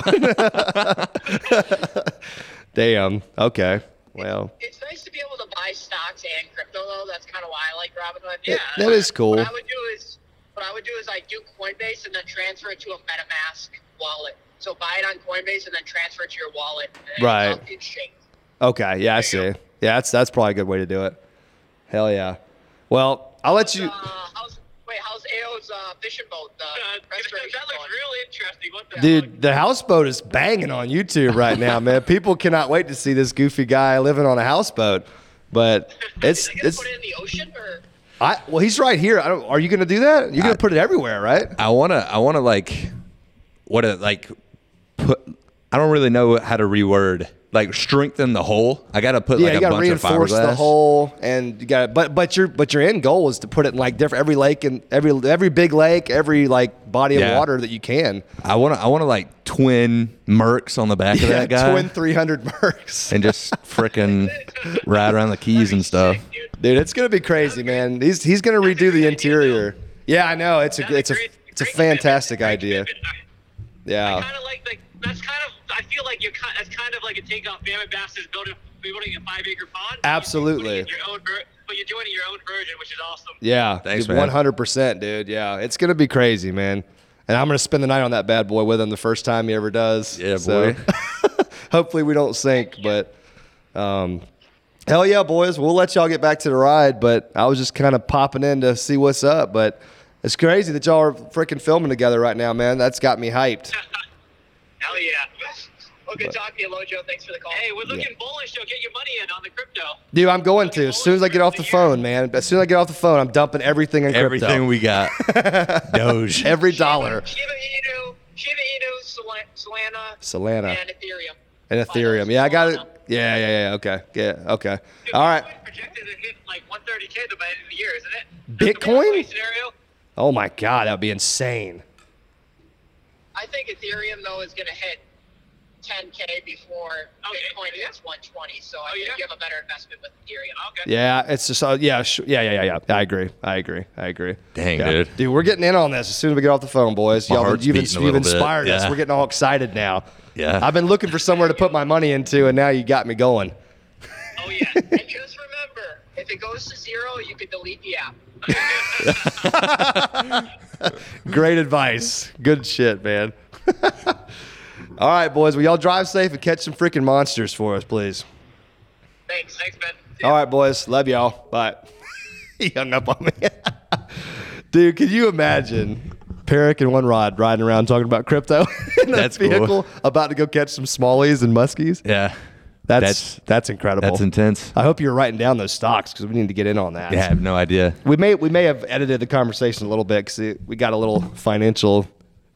B: one. Damn. Okay. Well,
C: It's nice to be able to buy stocks and crypto though. That's kind of why I like Robinhood. Yeah,
B: that is cool.
C: What I would do is, what I would do is I do Coinbase and then transfer it to a MetaMask wallet. So buy it on Coinbase and then transfer it to your wallet. and it's
B: Right.
C: up in shape.
B: okay. Yeah, I see. Yeah, that's that's probably a good way to do it. Hell yeah. Well, I'll let
C: Uh,
B: you.
C: how's wait? How's Ao's uh, fishing boat? Uh, that looks really interesting. What the
B: Dude, the houseboat is banging on YouTube right now, man. People cannot wait to see this goofy guy living on a houseboat. But it's
C: Is it gonna
B: it's
C: put it in the ocean or?
B: I well he's right here. I don't are you gonna do that? You're gonna put it everywhere, right?
A: I wanna I wanna like what a like put I don't really know how to reword like strengthen the hole. I gotta put
B: Yeah,
A: like
B: you
A: a
B: got to
A: bunch of
B: reinforce
A: fiberglass.
B: the hole, and you got but but your but your end goal is to put it in like different every lake and every every big lake, every like body of
A: Yeah.
B: water that you can.
A: I wanna I wanna like twin mercs on the back of that guy
B: twin three hundred mercs.
A: and just frickin' ride around the keys and stuff.
C: Dude,
B: Dude, it's gonna be crazy, man. He's he's gonna redo the interior. Yeah, I know. It's a
C: that's
B: it's a
C: great-
B: it's a
C: great commitment,
B: fantastic
C: great
B: idea.
C: commitment. I- I
B: Yeah.
C: kind of like the, that's kind of I feel like you're kind, that's kind of like a take off Bama Bass is building building a five acre pond. but you're
B: Absolutely.
C: doing it Your own, ver- but you're doing it your own version, which is awesome.
B: Yeah.
A: Thanks, man.
B: One hundred percent, dude. Yeah. It's gonna be crazy, man. And I'm gonna spend the night on that bad boy with him the first time he ever does.
A: Yeah, boy.
B: hopefully we don't sink, but um hell yeah, boys. We'll let y'all get back to the ride, but I was just kind of popping in to see what's up. But it's crazy that y'all are freaking filming together right now, man. That's got me hyped.
C: Hell yeah. Well, good talking to you, Lojo. Thanks for the call. Hey, we're looking bullish, so get your money in on the crypto.
B: Dude, I'm going to. As soon as I get off the phone, man. As soon as I get off the phone, I'm dumping everything in crypto.
A: Everything we got. Doge.
B: Every dollar.
C: Shiba Inu, Shiba Inu, Sol- Solana,
B: Solana
C: and Ethereum.
B: and Ethereum. Yeah, I got it. Yeah, yeah, yeah. Okay. Yeah, okay. All right.
C: Bitcoin Projected to hit like 130k by the end of the year, isn't it? That's the
B: Bitcoin?
C: worst-case scenario.
B: Oh my God, that would be insane.
C: I think Ethereum though is going to hit 10k before Bitcoin hits 120. So I think you have a better investment with Ethereum. Oh, Okay.
B: Yeah, it's just, uh, yeah, sh- yeah, yeah, yeah, yeah. I agree. I agree. I agree.
A: Dang,
B: Yeah.
A: dude.
B: Dude, we're getting in on this as soon as we get off the phone, boys.
A: My
B: Y'all,
A: heart's
B: you've,
A: beating a
B: you've
A: little bit.
B: inspired us.
A: Yeah.
B: We're getting all excited now.
A: Yeah.
B: I've been looking for somewhere to put my money into, and now you got me going.
C: Oh yeah. and just remember, if it goes to zero, you can delete the app.
B: Great advice. Good shit, man. all right, boys. Well, y'all drive safe and catch some freaking monsters for us, please.
C: Thanks. Thanks, Ben. See ya.
B: All right, boys. Love y'all. Bye. he hung up on me. Dude, can you imagine Perrick and One Rod riding around talking about crypto in a
A: That's cool.
B: vehicle about to go catch some smallies and muskies?
A: Yeah.
B: That's that's,
A: That's-
B: incredible.
A: That's intense.
B: I hope you're writing down those stocks because we need to get in on that.
A: Yeah, I have no idea.
B: We may we may have edited the conversation a little bit because we got a little financial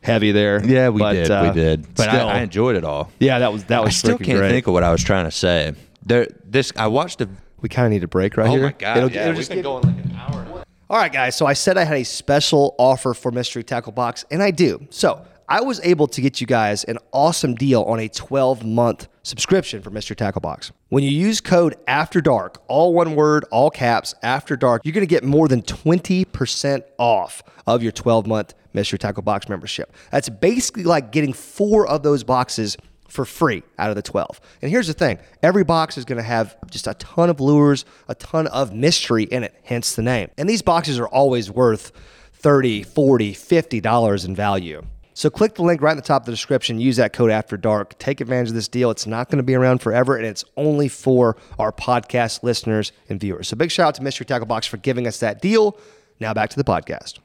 B: heavy there.
A: Yeah, we
B: But,
A: did.
B: uh,
A: we did. But
B: still,
A: I, I enjoyed it all.
B: yeah, that was that
A: I
B: was
A: still
B: freaking
A: can't
B: great.
A: think of what I was trying to say. There, this I watched a.
B: we kind of need a break right
A: Oh
B: here.
A: my god!
B: It'll-
A: yeah,
B: it'll
A: we've
B: just
A: been
B: get-
A: going like an hour. and-
B: All right, guys. So I said I had a special offer for Mystery Tackle Box, and I do. So I was able to get you guys an awesome deal on a 12 month subscription for Mystery Tackle Box. When you use code After Dark, all one word, all caps, After Dark, you're going to get more than 20% off of your 12 month Mystery Tackle Box membership. That's basically like getting four of those boxes for free out of the 12. And here's the thing every box is going to have just a ton of lures, a ton of mystery in it, hence the name. And these boxes are always worth 30, 40, 50 dollars in value. So click the link right at the top of the description, use that code after dark, take advantage of this deal. It's not going to be around forever and it's only for our podcast listeners and viewers. So big shout out to Mystery Tackle Box for giving us that deal. Now back to the podcast.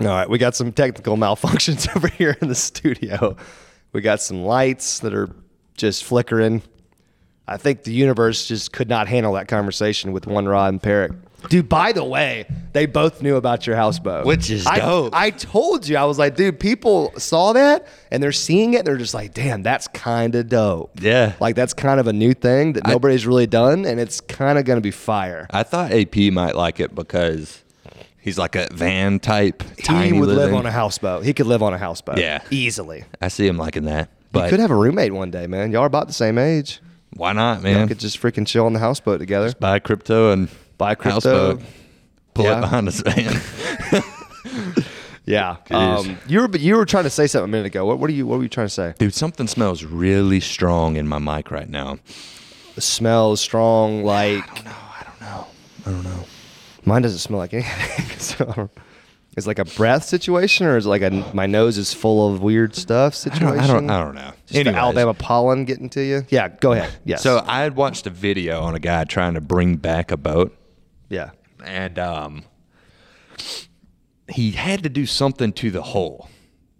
B: All right, we got some technical malfunctions over here in the studio. We got some lights that are just flickering. I think the universe just could not handle that conversation with One Rod and Perrick. Dude, by the way, they both knew about your house boat.
A: Which is
B: I,
A: dope.
B: I told you, I was like, dude, people saw that and they're seeing it. And they're just like, damn, that's kind of dope.
A: Yeah.
B: Like, that's kind of a new thing that nobody's really done. And it's kind of going to be fire.
A: I thought AP might like it because he's like a van type.
B: He
A: tiny
B: would live
A: living.
B: on a houseboat. He could live on a houseboat.
A: Yeah.
B: Easily.
A: I see him liking that.
B: You
A: But
B: could have a roommate one day, man. Y'all are about the same age.
A: why not,
B: Y'all
A: man?
B: could just freaking chill on the houseboat together.
A: buy crypto and
B: Buy crypto.
A: houseboat. Pull
B: Yeah.
A: it behind us, van.
B: Yeah.
A: Jeez.
B: Um, you were but you were trying to say something a minute ago. What, what are you What were you trying to say?
A: Dude, something smells really strong in my mic right now.
B: The smell is strong. Like mine doesn't smell like anything. so I don't, it's like a breath situation, or is it like a my nose is full of weird stuff
A: I
B: situation?
A: don't, I don't, I don't know.
B: Just the
A: Anyways.
B: Alabama pollen getting to you. Yeah. Go ahead. Yes.
A: So I had watched a video on a guy trying to bring back a boat,
B: yeah.
A: and um, he had to do something to the hull,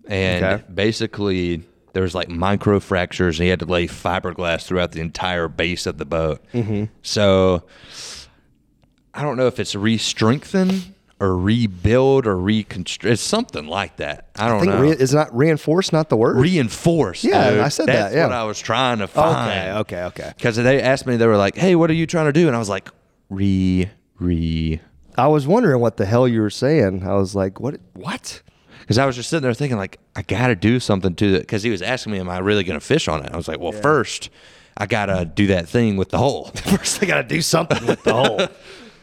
A: and
B: Okay.
A: basically there was like micro fractures, and he had to lay fiberglass throughout the entire base of the
B: Mm-hmm.
A: boat. So I don't know if it's re-strengthened or rebuild or reconstruct. It's something like that. I don't
B: I think
A: know.
B: re- is not reinforced not the word.
A: Reinforce.
B: Yeah,
A: dude.
B: I said
A: That's
B: that, yeah.
A: what I was trying to find.
B: okay, okay, okay.
A: Because they asked me, they were like, "Hey, what are you trying to do?" And I was like, "Re, re."
B: I was wondering what the hell you were saying. I was like, what? What?
A: Because I was just sitting there thinking, like, I got to do something to it. Because he was asking me, "Am I really going to fish on it?" I was like, "Well, first, I got to do that thing with the hole."
B: First, I got to do something with the hole.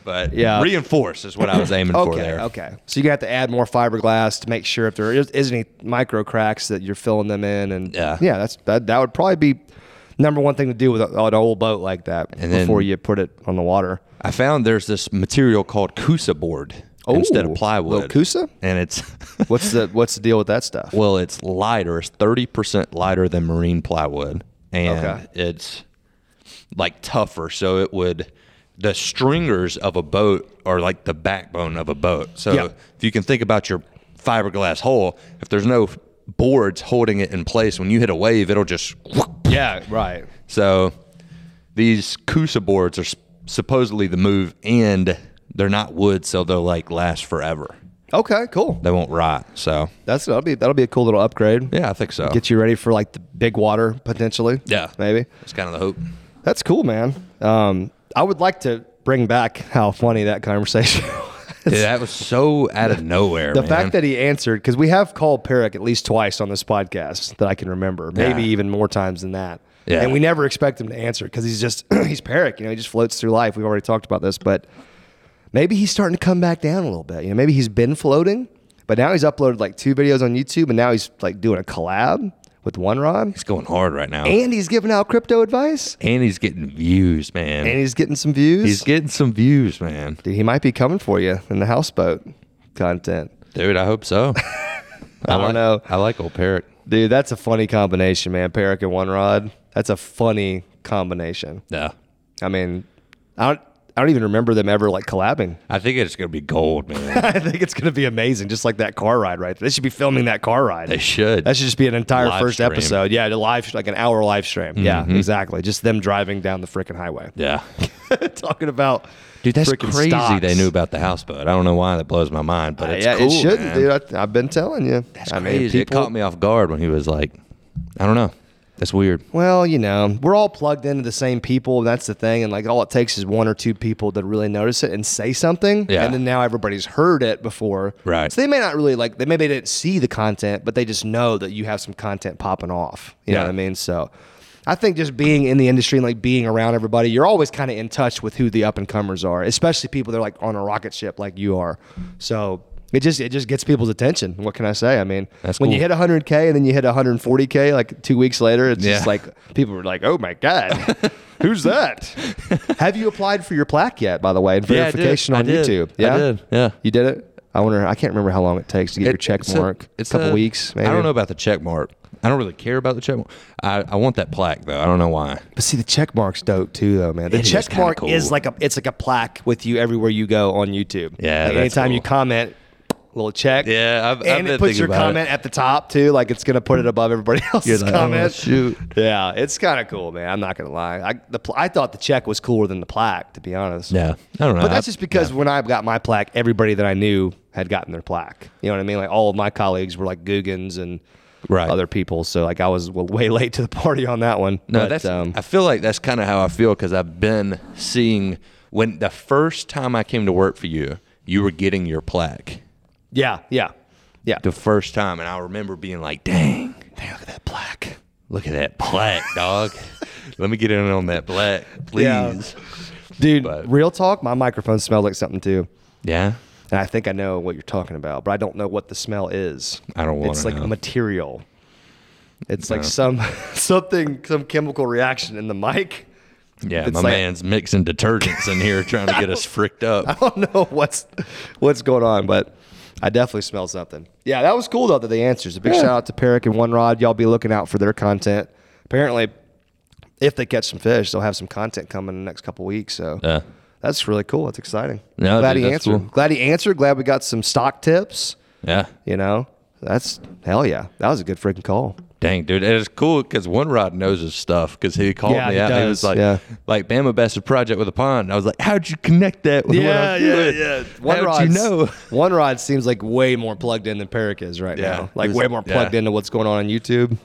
A: but
B: Yeah.
A: reinforce is what I was aiming for
B: okay,
A: there.
B: okay. So you got to add more fiberglass to make sure if there is, is any micro cracks that you're filling them in, and
A: Yeah.
B: yeah, that's that. That would probably be number one thing to do with a- an old boat like that
A: And then-
B: before you put it on the water.
A: I found there's this material called Kusa board instead
B: Ooh,
A: of plywood.
B: little Kusa?
A: and it's
B: What's the What's the deal with that stuff?
A: well, it's lighter. It's thirty percent lighter than marine plywood, and
B: Okay.
A: it's like tougher. So it would the stringers of a boat are like the backbone of a boat. So
B: Yeah.
A: if you can think about your fiberglass hole, if there's no boards holding it in place, when you hit a wave, it'll just
B: yeah, right.
A: So these Kusa boards are s- supposedly the move, and they're not wood, so they'll like last forever.
B: Okay, cool.
A: They won't rot. So
B: That's that'll be that'll be a cool little upgrade.
A: yeah, I think so.
B: Get you ready for like the big water potentially.
A: Yeah.
B: maybe.
A: That's kind of the hope.
B: That's cool, man. Um, I would like to bring back how funny that conversation. was.
A: Dude, that was so out of nowhere.
B: The
A: man.
B: fact that he answered, because we have called Perrick at least twice on this podcast that I can remember, maybe
A: Yeah.
B: even more times than that.
A: Yeah.
B: And we never expect him to answer because he's just, he's Perrick, you know, he just floats through life. We've already talked about this, but maybe he's starting to come back down a little bit. You know, maybe he's been floating, but now he's uploaded like two videos on YouTube and now he's like doing a collab with One Rod
A: it's going hard right now, and,
B: and he's giving out crypto advice
A: he's getting views, man.
B: and he's getting some views.
A: he's getting some views, man.
B: Dude, he might be coming for you in the houseboat content.
A: Dude, I hope so.
B: I don't
A: like,
B: know.
A: I like old parrot.
B: Dude, that's a funny combination, man. Perrick and One Rod. That's a funny combination.
A: Yeah.
B: I mean, I don't, I don't even remember them ever like collabing.
A: I think it's gonna be gold, man.
B: I think it's gonna be amazing, just like that car ride right there. They should be filming that car ride.
A: they should.
B: That should just be an entire
A: Live
B: first
A: stream. Mm-hmm.
B: episode. Yeah, the live like an hour live stream. Yeah, exactly. Just them driving down the freaking highway,
A: yeah.
B: talking about
A: Dude, that's
B: frickin'
A: crazy.
B: stocks.
A: They knew about the houseboat. I don't know why that blows my mind, but it's
B: Uh, yeah,
A: cool.
B: it shouldn't,
A: man.
B: dude. I, I've been telling you.
A: That's
B: I mean,
A: crazy.
B: people-
A: it caught me off guard when he was like, I don't know. That's weird.
B: Well, you know, we're all plugged into the same people. and That's the thing. And like, all it takes is one or two people to really notice it and say something.
A: Yeah.
B: And then now everybody's heard it before.
A: Right.
B: So they may not really like, they maybe didn't see the content, but they just know that you have some content popping off. You know
A: Yeah.
B: what I mean? So I think just being in the industry and like being around everybody, you're always kind of in touch with who the up and comers are, especially people that are like on a rocket ship like you are. So. It just it just gets people's attention. What can I say? I mean,
A: That's
B: when you
A: cool.
B: hit 100k and then you hit 140k like two weeks later, it's just
A: Yeah.
B: like people were like, "Oh my god, who's that?" Have you applied for your plaque yet? By the way, and
A: Yeah, I did.
B: verification
A: I
B: on
A: did.
B: YouTube.
A: I did. Yeah.
B: you did it. I wonder. I can't remember how long it takes to get your check mark. It's a couple weeks. Maybe.
A: I don't know about the check mark. I don't really care about the check mark. I, I want that plaque, though. I don't know why.
B: But see, the check mark's dope too, though, man. The
A: It is
B: check
A: kinda
B: mark
A: cool.
B: is like a it's like a plaque with you everywhere you go on YouTube.
A: Yeah,
B: Like,
A: that's
B: anytime you
A: cool.
B: comment, little check.
A: Yeah, I've- I've
B: and it
A: been
B: puts
A: thinking
B: your
A: about it.
B: comment at the top too. Like it's gonna put it above everybody else's
A: like, oh,
B: comment.
A: shoot.
B: Yeah, it's kind of cool, man. I'm not gonna lie. I the pl- I thought the check was cooler than the plaque, to be honest.
A: Yeah. I don't know.
B: But that's
A: I-
B: just because when I got my plaque, everybody that I knew had gotten their plaque. You know what I mean? Like all of my colleagues were like Googans and
A: Right.
B: other people. So like I was well, way late to the party on that one.
A: No,
B: But, um,
A: that's. I feel like that's kind of how I feel because I've been seeing when the first time I came to work for you, you were getting your plaque
B: yeah, yeah, yeah.
A: the first time, and I remember being like, "Dang, dang look at that plaque! Look at that plaque, dog! Let me get in on that plaque, please."
B: Yeah. Dude,
A: But-
B: real talk, my microphone smelled like something too.
A: Yeah.
B: And I think I know what you're talking about, but I don't know what the smell is.
A: I don't wanna
B: It's like
A: know.
B: material. It's like
A: No.
B: some something some chemical reaction in the mic.
A: Yeah,
B: It's
A: my
B: like-
A: man's mixing detergents in here trying to get us fricked
B: I
A: up.
B: don't know what's what's going on, but I definitely smell something. Yeah, that was cool though that they answers. A big shout out to Perrick and One Rod. Y'all be looking out for their content. Apparently, if they catch some fish, they'll have some content coming in the next couple weeks. So
A: Yeah.
B: that's really cool. That's exciting.
A: No,
B: glad
A: dude,
B: he
A: that's
B: answered.
A: cool.
B: Glad he answered. Glad we got some stock tips.
A: Yeah.
B: You know, that's hell yeah. That was a good freaking call.
A: Dang, dude, and it's cool because One Rod knows his stuff because he called
B: Yeah,
A: me
B: he
A: out. and he was
B: does,
A: like,
B: yeah.
A: like Bama Bastard Project with a pond. And I was like, how'd you connect that with what
B: Yeah,
A: I'm
B: yeah,
A: doing?
B: yeah.
A: How'd you
B: Rod's-
A: know?
B: One Rod seems like way more plugged in than Peric is right
A: Yeah.
B: now. Like
A: He's-
B: way more plugged
A: yeah.
B: into what's going on on YouTube.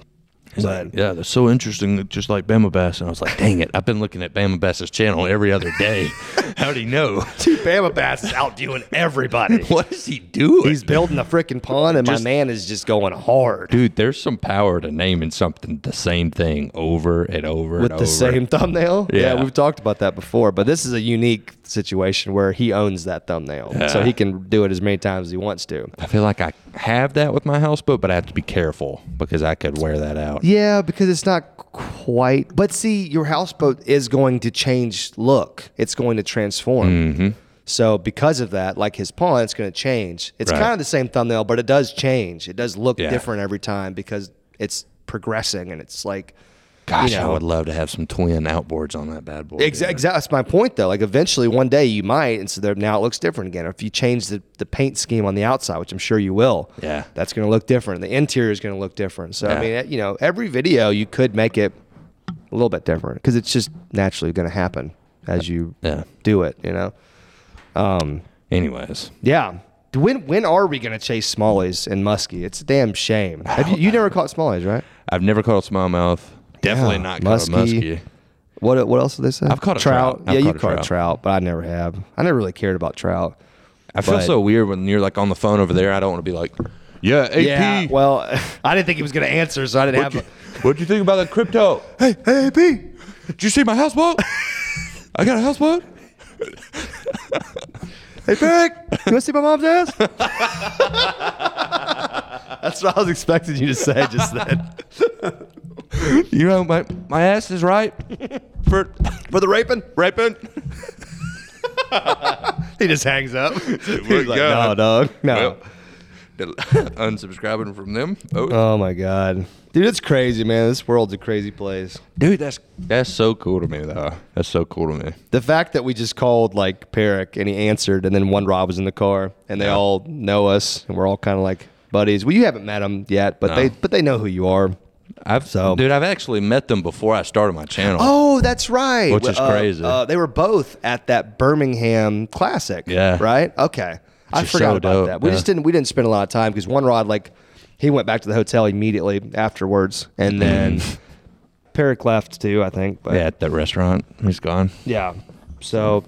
B: But
A: Yeah, that's so interesting, just like Bama Bass. And I was like, dang it, I've been looking at Bama Bass's channel every other day. How'd he know?
B: Dude, Bama Bass is outdoing everybody.
A: What is he doing?
B: He's building a freaking pond, and
A: Just-
B: my man is just going hard
A: Dude, there's some power to naming something the same thing over and over
B: with
A: and
B: the
A: over.
B: same thumbnail.
A: Yeah.
B: we've talked about that before, but this is a unique situation where he owns that thumbnail, so
A: Yeah.
B: he can do it as many times as he wants to.
A: I feel like I have that with my houseboat, but I have to be careful because I could wear that out.
B: Yeah, because it's not quite. But see, your houseboat is going to change look. It's going to transform.
A: Mm-hmm.
B: So because of that, like his pawn, it's going to change. It's
A: Right.
B: kind of the same thumbnail, but it does change. It does look
A: Yeah.
B: different every time because it's progressing and it's like
A: Gosh,
B: You
A: I
B: know.
A: would love to have some twin outboards on that bad boy. dude.
B: Exactly. That's my point, though. Like eventually, one day you might, and so there, now it looks different again. Or if you change the, the paint scheme on the outside, which I'm sure you will,
A: Yeah.
B: that's going to look different. The interior is going to look different. So I
A: Yeah.
B: mean, eh, you know, every video you could make it a little bit different because it's just naturally going to happen as you
A: Yeah.
B: do it. You know,
A: Anyways,
B: yeah. When when are we going to chase smallies and muskie? It's a damn shame. Have you, you never caught smallies, right?
A: I've never caught a smallmouth. Definitely
B: Yeah,
A: not caught
B: muskie.
A: a muskie.
B: What what else did they say?
A: I've caught a trout. I've
B: yeah, you
A: caught a
B: caught a
A: trout.
B: trout, but I never have. I never really cared about trout.
A: I feel
B: But-
A: so weird when you're like on the phone over there. I don't want to be like, yeah, AP.
B: Yeah. Well, I didn't think he was going to answer, so I didn't
A: what'd, you,
B: have.
A: what'd you think about that crypto?
B: A, hey, hey, AP.
A: Did you see my houseboat? I got a houseboat.
B: Hey, Peg. You want to see my mom's ass? That's what I was expecting you to say just then.
A: You know, my, my ass is right for
B: For the raping,
A: raping.
B: he just hangs up. He's like, no,
A: God.
B: dog, no.
A: Well, unsubscribing from them. Oh.
B: Oh my god, dude, it's crazy, man. This world's a crazy place.
A: Dude, that's that's so cool to me though. That's so cool to me.
B: The fact that we just called like Perrick and he answered, and then one Rob was in the car, and they
A: Yeah.
B: all know us, and we're all kind of like buddies. Well, you haven't met them yet, but
A: No.
B: they but they know who you are.
A: I've
B: So-
A: dude, I've actually met them before I started my channel.
B: Oh, that's right.
A: Which is
B: Uh,
A: crazy.
B: Uh, they were both at that Birmingham Classic.
A: Yeah.
B: Right. Okay. I
A: is
B: forgot
A: so
B: about
A: dope,
B: that. We
A: yeah.
B: just didn't. We didn't spend a lot of time because one rod like he went back to the hotel immediately afterwards, and then Peric left too. I think. But
A: Mm. yeah, at that restaurant. He's gone.
B: yeah. So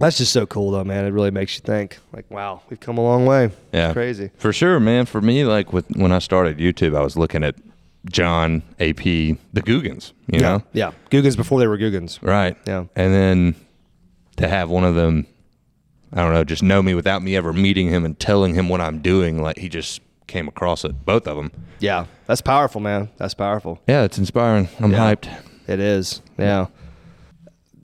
B: that's just so cool though, man. It really makes you think. Like, wow, we've come a long way.
A: Yeah.
B: It's crazy.
A: For sure, man. For me, like with when I started YouTube, I was looking at John, AP, the Googans, you know?
B: Yeah. Googans before they were Googans.
A: Right.
B: Yeah.
A: And then to have one of them, I don't know, just know me without me ever meeting him and telling him what I'm doing, like he just came across it, both of them.
B: Yeah. That's powerful, man. That's powerful.
A: Yeah, it's inspiring. I'm
B: Yeah.
A: hyped.
B: It is. Yeah.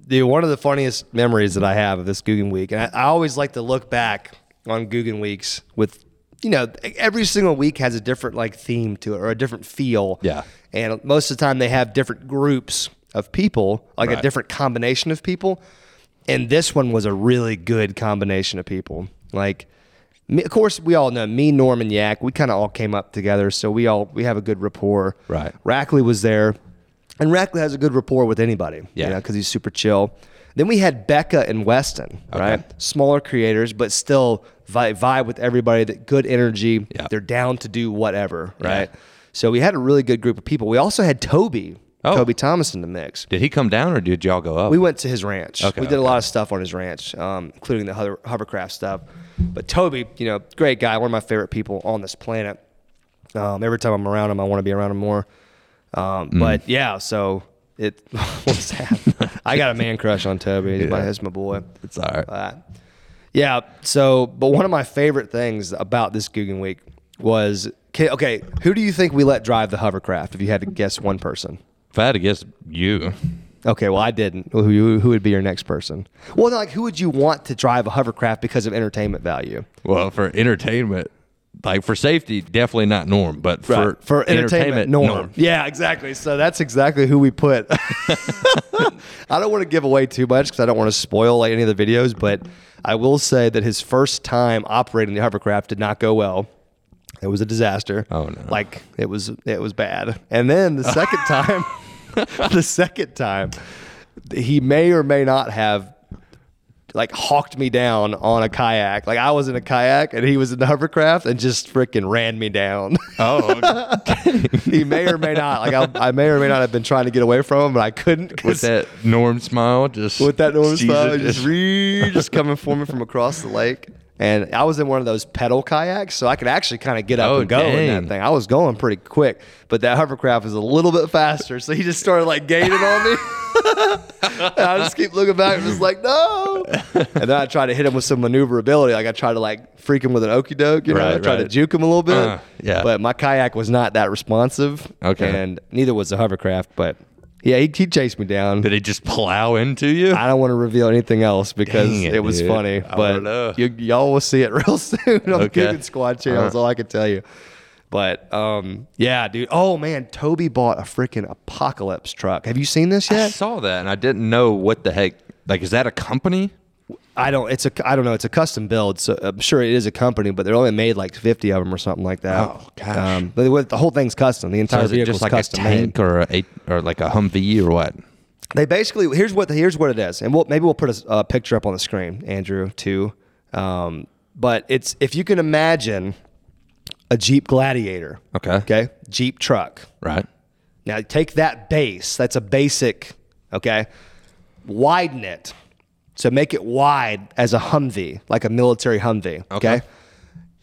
B: Dude, one of the funniest memories that I have of this Guggen week, and I, I always like to look back on Guggen weeks with, you know, every single week has a different like theme to it or a different feel.
A: Yeah.
B: And most of the time they have different groups of people, like a
A: Right.
B: different combination of people. And this one was a really good combination of people. Like, me, of course, we all know me, Norm, and Yak. We kind of all came up together, so we all we have a good rapport.
A: Right.
B: Rackley was there, and Rackley has a good rapport with anybody.
A: Yeah.
B: because he's super chill. Then we had Becca and Weston, right? Smaller creators, but still vi- vibe with everybody. That good energy.
A: Yeah.
B: They're down to do whatever,
A: Yeah.
B: right? So we had a really good group of people. We also had Toby,
A: Oh.
B: Toby Thomas in the mix.
A: Did he come down or did y'all go up?
B: We went to his ranch.
A: Okay,
B: we did a
A: okay.
B: lot of stuff on his ranch, um, including the hover- hovercraft stuff. But Toby, you know, great guy, one of my favorite people on this planet. Um, every time I'm around him, I want to be around him more. Um,
A: Mm.
B: But yeah, so it what's that? I got a man crush on Toby. He's my,
A: Yeah.
B: that's my boy.
A: It's all right.
B: Uh, Yeah. So, but one of my favorite things about this Guggen Week was okay, okay. Who do you think we let drive the hovercraft? If you had to guess one person.
A: If I had to guess you,
B: Okay, well, I didn't. Who- Who, who would be your next person? Well, no, like, who would you want to drive a hovercraft because of entertainment value?
A: well, for entertainment, like for safety, definitely not Norm, but for,
B: for entertainment, norm. Yeah, exactly. So that's exactly who we put. I don't want to give away too much because I don't want to spoil like, any of the videos, but I will say that his first time operating the hovercraft did not go well. It was a disaster.
A: Oh, no.
B: Like it was it was bad. And then the second time, the second time, he may or may not have like hawked me down on a kayak. Like I was in a kayak and he was in the hovercraft and just freaking ran me down.
A: Oh,
B: he may or may not. Like I, I may or may not have been trying to get away from him, but I couldn't 'cause-
A: with that Norm smile, just
B: with that enormous
A: Jesus,
B: smile, just re- just coming for me from across the lake. And I was in one of those pedal kayaks, so I could actually kind of get up
A: Oh,
B: and go in that
A: dang.
B: thing. I was going pretty quick, but that hovercraft was a little bit faster, so he just started like gaining on me. and I just keep looking back and just like, no. And then I tried to hit him with some maneuverability. Like I tried to like freak him with an okey doke, you know, I
A: Right,
B: tried to
A: right.
B: juke him a little bit.
A: Uh, yeah.
B: But my kayak was not that responsive.
A: Okay.
B: And neither was the hovercraft, but yeah, he, he chased me down.
A: did he just plow into you?
B: I don't want to reveal anything else because
A: Dang
B: it,
A: it,
B: was
A: dude.
B: funny.
A: I don't know.
B: But you, y'all will see it real soon on the
A: Okay.
B: Coogan Squad channel. That's all I can tell you. But um, yeah, dude. Oh man, Toby bought a freaking apocalypse truck. Have you seen this
A: I
B: yet?
A: saw that and I didn't know what the heck. Like, is that a company?
B: I don't. It's a. I don't know. It's a custom build. So I'm sure it is a company, but they're only made like 50 of them or something like that. Um,
A: Oh, gosh.
B: but the- the whole thing's custom. The
A: Or
B: entire
A: is it
B: vehicle's
A: just like a
B: custom made.
A: tank or a or like a Humvee or what?
B: They basically here's what here's what it is, and we'll maybe we'll put a s- a, picture up on the screen, Andrew, too. Um, but it's if you can imagine a Jeep Gladiator,
A: Okay.
B: okay, Jeep truck.
A: Right.
B: Now take that base. That's a basic, okay. Widen it, so make it wide as a Humvee, like a military Humvee. Okay.
A: Okay.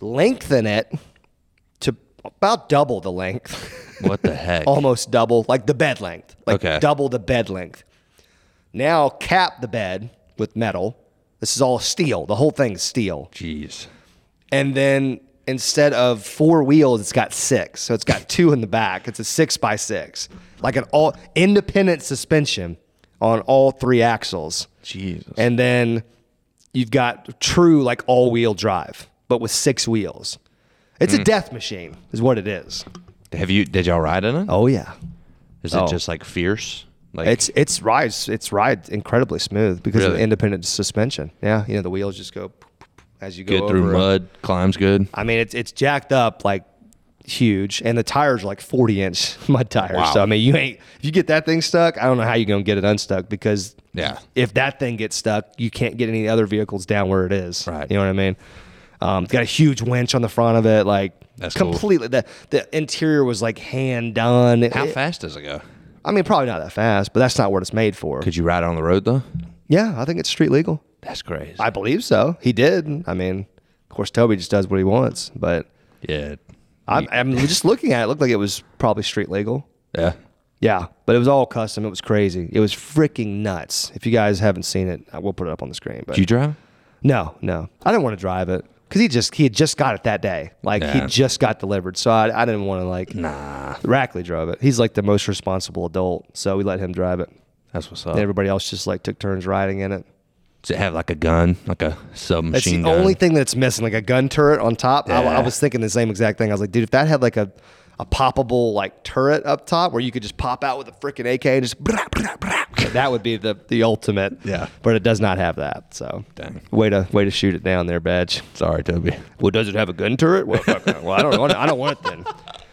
B: Lengthen it to about double the length.
A: What the heck?
B: almost double, like the bed length, like
A: Okay.
B: double the bed length. Now cap the bed with metal. This is all steel. The whole thing's steel.
A: Jeez.
B: And then instead of four wheels, it's got six. So it's got two in the back. It's a six by six, like an all independent suspension on all three axles.
A: Jesus.
B: And then you've got true like all wheel drive, but with six wheels. It's a death machine, is what it is.
A: Have you? Did y'all ride in it?
B: Oh yeah.
A: Is
B: oh.
A: it just like fierce? Like
B: It's it's rides it's rides incredibly smooth because of the
A: Really?
B: independent suspension. Yeah, you know the wheels just go as you go
A: good through
B: over 'em.
A: mud, climbs good.
B: I mean it's it's jacked up like huge, and the tires are like forty inch mud tires.
A: Wow.
B: So I mean you ain't if you get that thing stuck, I don't know how you're gonna get it unstuck because
A: Yeah.
B: if that thing gets stuck, you can't get any other vehicles down where it is.
A: Right.
B: You know what I mean? Um, it's got a huge winch on the front of it, like
A: That's cool.
B: completely. The the interior was like hand done.
A: How
B: It-
A: fast does it go?
B: I mean, probably not that fast, but that's not what it's made for.
A: Could you ride it on the road though?
B: Yeah, I think it's street legal.
A: That's crazy.
B: I believe so. He did. I mean, of course, Toby just does what he wants, but
A: yeah.
B: I'm, I'm just looking at it. it. Looked like it was probably street legal.
A: Yeah.
B: Yeah, but it was all custom. It was crazy. It was freaking nuts. If you guys haven't seen it, I will put it up on the screen. But
A: Do you drive? it?
B: no, no, I didn't want to drive it because he just he had just got it that day. Like he
A: Yeah.
B: just got delivered, so I, I didn't want to like. Nah. Rackley drove it. He's like the most responsible adult, so we let him drive it.
A: That's what's up.
B: And everybody else just like took turns riding in it.
A: Does it have like a gun, like a submachine
B: That's the
A: gun?
B: only thing that's missing, like a gun turret on top. I, I
A: Yeah.
B: was thinking the same exact thing. I was like, dude, if that had like a, a poppable like turret up top where you could just pop out with a freaking AK and just brah, brah, brah, that would be the the ultimate.
A: Yeah.
B: But it does not have that. So
A: Dang.
B: way to way to shoot it down there, badge.
A: Sorry, Toby.
B: Well, does it have a gun turret? Well, fuck no. well I don't want it. I don't want it then.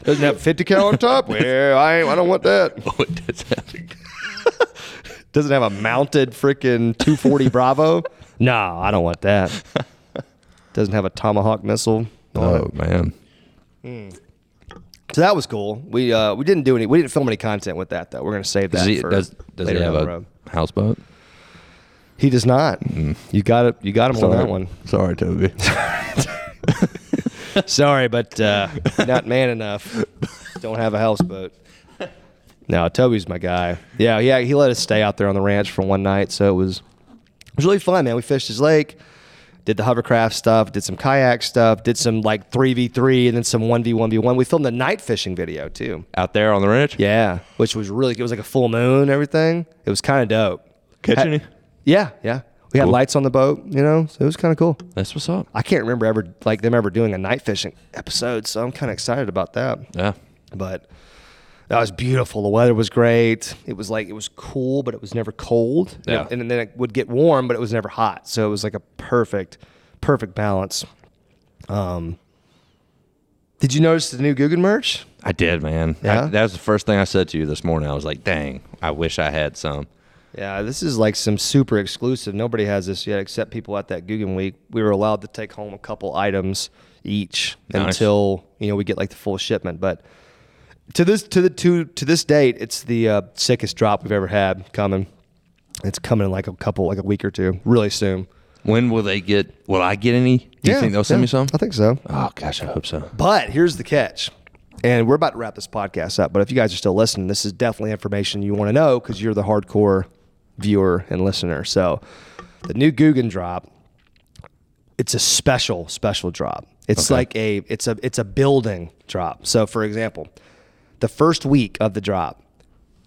B: Doesn't have a 50 cal on top? Well, I ain't, I don't want that.
A: Oh, it does have a gun.
B: Doesn't have a mounted freaking 240 Bravo? No, I don't want that. Doesn't have a Tomahawk missile. on it.
A: Oh man.
B: So that was cool. We uh, we didn't do any. We didn't film any content with that though. We're gonna save that.
A: Does he,
B: for
A: does, does he
B: later
A: have
B: down the
A: a
B: road.
A: houseboat?
B: He does not.
A: Mm.
B: You got it. You got him on that one.
A: Sorry, Toby.
B: Sorry, but uh, not man enough. Don't have a houseboat. No, Toby's my guy. Yeah, yeah. He let us stay out there on the ranch for one night, so it was it was really fun, man. We fished his lake, did the hovercraft stuff, did some kayak stuff, did some like three v three, and then some one v one v one. We filmed a night fishing video too.
A: Out there on the ranch?
B: Yeah, which was really. It was like a full moon. and Everything. It was kind of dope.
A: Catch
B: Ha-
A: any?
B: Yeah, yeah. We had
A: Cool.
B: lights on the boat. You know, so it was kind of cool.
A: That's what's up.
B: I can't remember ever like them ever doing a night fishing episode, so I'm kind of excited about that.
A: Yeah.
B: But that was beautiful. The weather was great. It was like it was cool, but it was never cold. And it-
A: Yeah.
B: And then it would get warm, but it was never hot. So it was like a perfect, perfect balance. Um, Did you notice the new Guggen merch?
A: I did, man. I-
B: Yeah?
A: that was the first thing I said to you this morning. I was like, dang, I wish I had some.
B: Yeah, this is like some super exclusive. Nobody has this yet except people at that Guggen Week. We were allowed to take home a couple items each
A: Nice.
B: until you know we get like the full shipment. But to this to the to to this date, it's the uh, sickest drop we've ever had coming. It's coming in like a couple, like a week or two, really soon.
A: When will they get? Will I get any? Do you think they'll send
B: yeah,
A: me some?
B: I think so.
A: Oh gosh, I hope so.
B: But here's the catch. And we're about to wrap this podcast up. But if you guys are still listening, this is definitely information you want to know because you're the hardcore viewer and listener. So the new Guggen drop, it's a special, special drop. It's
A: Okay.
B: like a it's a it's a building drop. So for example, the first week of the drop,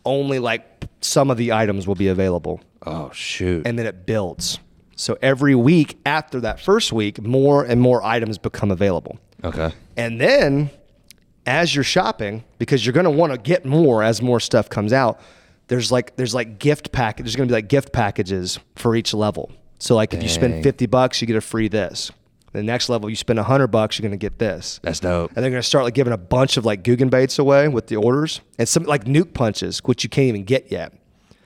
B: only like some of the items will be available
A: Oh shoot.
B: and then it builds. So every week after that first week, more and more items become available.
A: okay.
B: And then as you're shopping, because you're gonna want to get more as more stuff comes out, there's like there's like gift pack there's gonna be like gift packages for each level. So like if you
A: Dang.
B: spend fifty bucks, you get a free this. The next level you spend hundred bucks, you're gonna get this.
A: That's dope.
B: and they're gonna start like giving a bunch of like Guggen baits away with the orders and some like nuke punches, which you can't even get yet.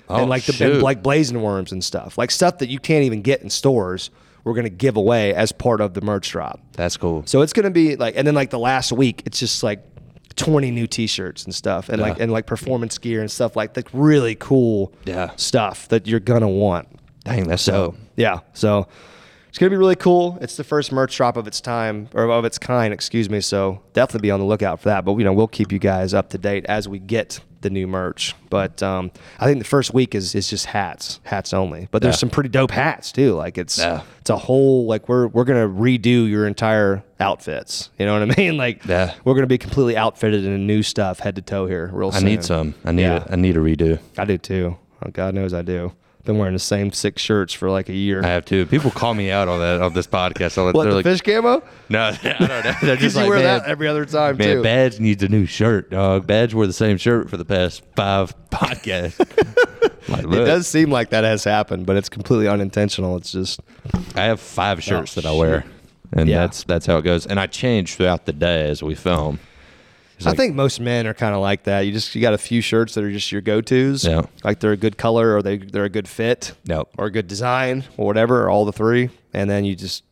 A: Oh,
B: and like the
A: shoot.
B: and like blazing worms and stuff. Like stuff that you can't even get in stores, we're gonna give away as part of the merch drop.
A: That's cool.
B: So it's gonna be like, and then like the last week, it's just like twenty new T-shirts and stuff, and like
A: Yeah.
B: and like performance gear and stuff like like really cool
A: Yeah.
B: stuff that you're gonna want.
A: Dang, that's
B: So
A: dope.
B: yeah, so it's gonna be really cool. It's the first merch drop of its time or of its kind, excuse me. So definitely be on the lookout for that. But you know we'll keep you guys up to date as we get the new merch. But um, I think the first week is is just hats, hats only. But there's
A: Yeah.
B: some pretty dope hats too. Like it's
A: Yeah.
B: it's a whole like we're we're gonna redo your entire outfits. You know what I mean? Like
A: Yeah.
B: we're gonna be completely outfitted in new stuff head to toe here. Real
A: I
B: soon.
A: need some. I need.
B: Yeah.
A: A, I need a redo.
B: I do too. Oh, God knows I do. Been wearing the same six shirts for like a year.
A: I have to. People call me out on that on this podcast. all the-
B: What
A: they're
B: the
A: like,
B: fish camo?
A: No, I don't know. They're
B: Because
A: just
B: you
A: like,
B: wear
A: man,
B: that every other time
A: man,
B: too.
A: Badge needs a new shirt, dog. Badge wore the same shirt for the past five podcasts. like,
B: It
A: look,
B: does seem like that has happened, but it's completely unintentional. It's just
A: I have five shirts that I wear, and
B: Oh, Yeah.
A: that's that's how it goes. And I change throughout the day as we film. It's
B: I
A: like-
B: think most men are kind of like that. You just you got a few shirts that are just your go tos.
A: Yeah.
B: Like they're a good color or they they're a good fit.
A: Yep.
B: Or a good design or whatever, or all the three. And then you just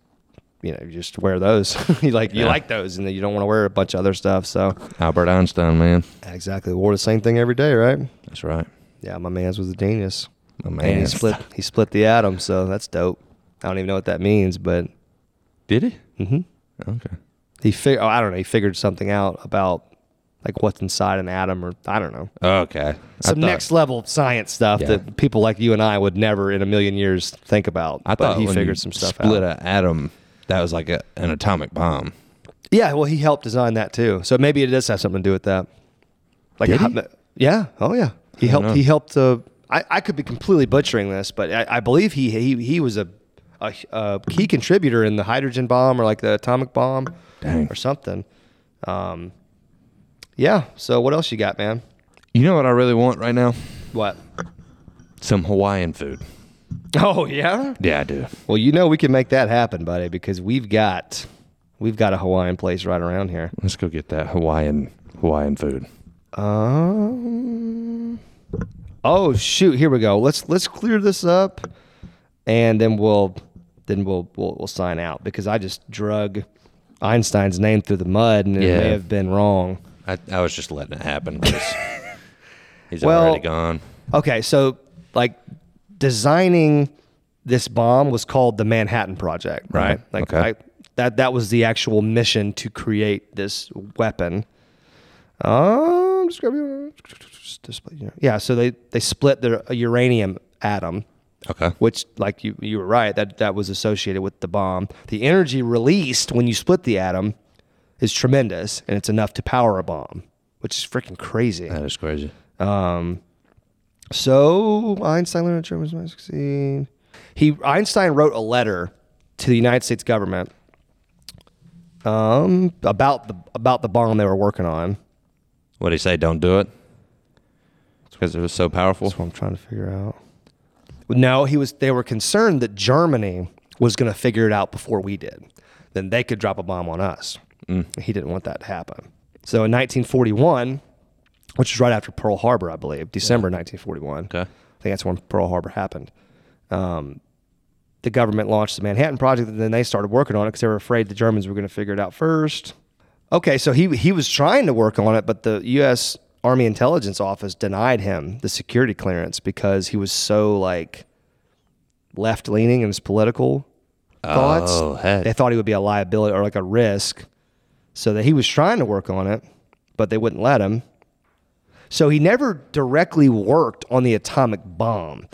B: you know, you just wear those. you like you
A: Yeah.
B: like those and then you don't want to wear a bunch of other stuff. So
A: Albert Einstein, man.
B: exactly. Wore the same thing every day, right?
A: That's right.
B: Yeah, my man's was a genius.
A: My
B: And he
A: man's.
B: split he split the atom, so that's dope. I don't even know what that means, but
A: Did he?
B: hmm
A: Okay.
B: he fig- oh, I don't know, he figured something out about like what's inside an atom or I don't know.
A: Okay. I
B: some
A: thought-
B: next level science stuff
A: Yeah.
B: that people like you and I would never in a million years think about.
A: I
B: but
A: thought
B: he
A: when
B: figured
A: you
B: some stuff
A: split
B: out.
A: an atom. That was like a, an atomic bomb.
B: Yeah, well, he helped design that too. So maybe it does have something to do with that. Like,
A: Did
B: how-
A: he?
B: yeah, oh yeah, he helped.
A: know.
B: He helped. Uh, I I could be completely butchering this, but I, I believe he he he was a, a a key contributor in the hydrogen bomb or like the atomic bomb
A: Dang.
B: or something. Um, yeah. So what else you got, man?
A: You know what I really want right now?
B: What?
A: Some Hawaiian food.
B: Oh yeah.
A: Yeah, I do.
B: Well, you know we can make that happen, buddy, because we've got we've got a Hawaiian place right around here.
A: Let's go get that Hawaiian Hawaiian food.
B: Um Oh shoot, here we go. Let's let's clear this up and then we'll then we'll we'll, we'll sign out because I just drug Einstein's name through the mud and it
A: Yeah.
B: may have been wrong.
A: I, I was just letting it happen. 'cause he's
B: Well-
A: already gone.
B: Okay, so like designing this bomb was called the Manhattan Project,
A: Right,
B: Like
A: okay.
B: I, that that was the actual mission to create this weapon. Um, just grab- just display- yeah. yeah. So they they split their uranium atom,
A: Okay.
B: which like you you were right that that was associated with the bomb. The energy released when you split the atom is tremendous, and it's enough to power a bomb, which is freaking crazy.
A: That is crazy.
B: Um, So Einstein learned German was my succeed. He Einstein wrote a letter to the United States government um, about the about the bomb they were working on.
A: What did he say? Don't do it? It's because it was so powerful.
B: That's what I'm trying to figure out. No, he was. They were concerned that Germany was going to figure it out before we did. Then they could drop a bomb on us. He didn't want that to happen. So in 1941, which is right after Pearl Harbor, I believe, December 1941.
A: Okay.
B: I think that's when Pearl Harbor happened. Um, the government launched the Manhattan Project, and then they started working on it because they were afraid the Germans were going to figure it out first. Okay, so he he was trying to work on it, but the U.S. Army Intelligence Office denied him the security clearance because he was so like left leaning in his political thoughts.
A: Oh, heck.
B: They thought he would be a liability or like a risk, so that he was trying to work on it, but they wouldn't let him. So he never directly worked on the atomic bomb,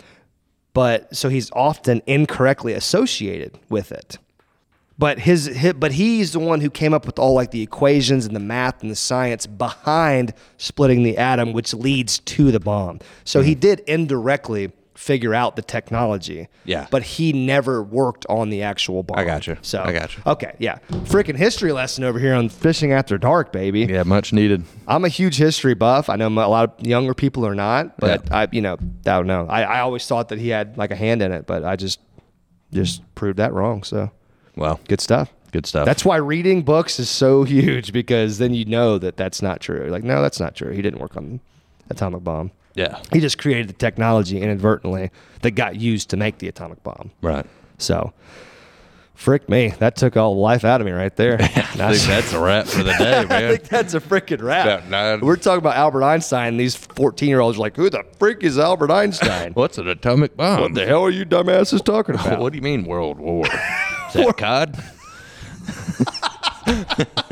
B: but so he's often incorrectly associated with it. But his, hi but he's the one who came up with all like the equations and the math and the science behind splitting the atom, which leads to the bomb. So
A: Mm-hmm.
B: he did indirectly figure out the technology.
A: Yeah.
B: But he never worked on the actual bomb.
A: got you.
B: So
A: I got you.
B: Okay. Yeah. Freaking history lesson over here on fishing after dark, baby.
A: Yeah, much needed.
B: I'm a huge history buff. I know m- a lot of younger people are not, but I, you know, I don't know. I, I always thought that he had like a hand in it, but I just just proved that wrong. So
A: Well,
B: good stuff.
A: Good stuff.
B: That's why reading books is so huge because then you know that that's not true. Like, no, that's not true. He didn't work on atomic bomb.
A: yeah.
B: He just created the technology inadvertently that got used to make the atomic bomb.
A: Right.
B: So, frick me, that took all the life out of me right there.
A: I think that's a wrap for the day,
B: I
A: man.
B: think that's a freaking
A: About
B: wrap.
A: nine.
B: We're talking about Albert Einstein. and These 14 year olds are like, who the freak is Albert Einstein? what
A: What's an atomic bomb? What
B: the hell are you dumbasses talking about?
A: What do you mean world war? Is that COD?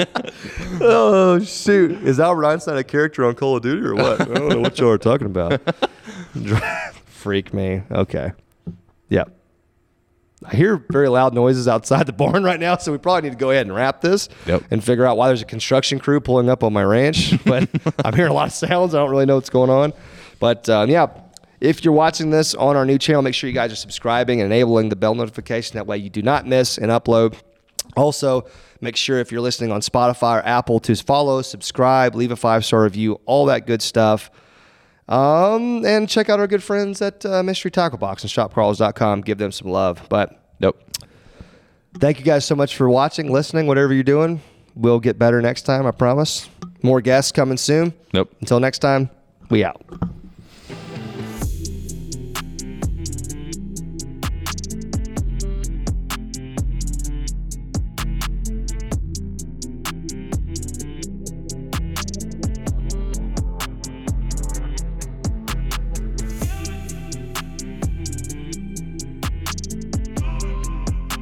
B: oh, shoot. Is Albert Einstein a character on Call of Duty or what? I don't know what y'all are talking about. freak me. Okay. Yeah. I hear very loud noises outside the barn right now, so we probably need to go ahead and wrap this
A: Yep.
B: and figure out why there's a construction crew pulling up on my ranch. But I'm hearing a lot of sounds. I don't really know what's going on. But um, yeah, if you're watching this on our new channel, make sure you guys are subscribing and enabling the bell notification. That way you do not miss an upload. Also, make sure if you're listening on Spotify or Apple to follow, subscribe, leave a five star review, all that good stuff. Um, and check out our good friends at uh, Mystery Tackle Box and shopcrawls.com. Give them some love. But
A: Nope.
B: thank you guys so much for watching, listening, whatever you're doing. We'll get better next time, I promise. More guests coming soon.
A: Nope.
B: Until next time, we out.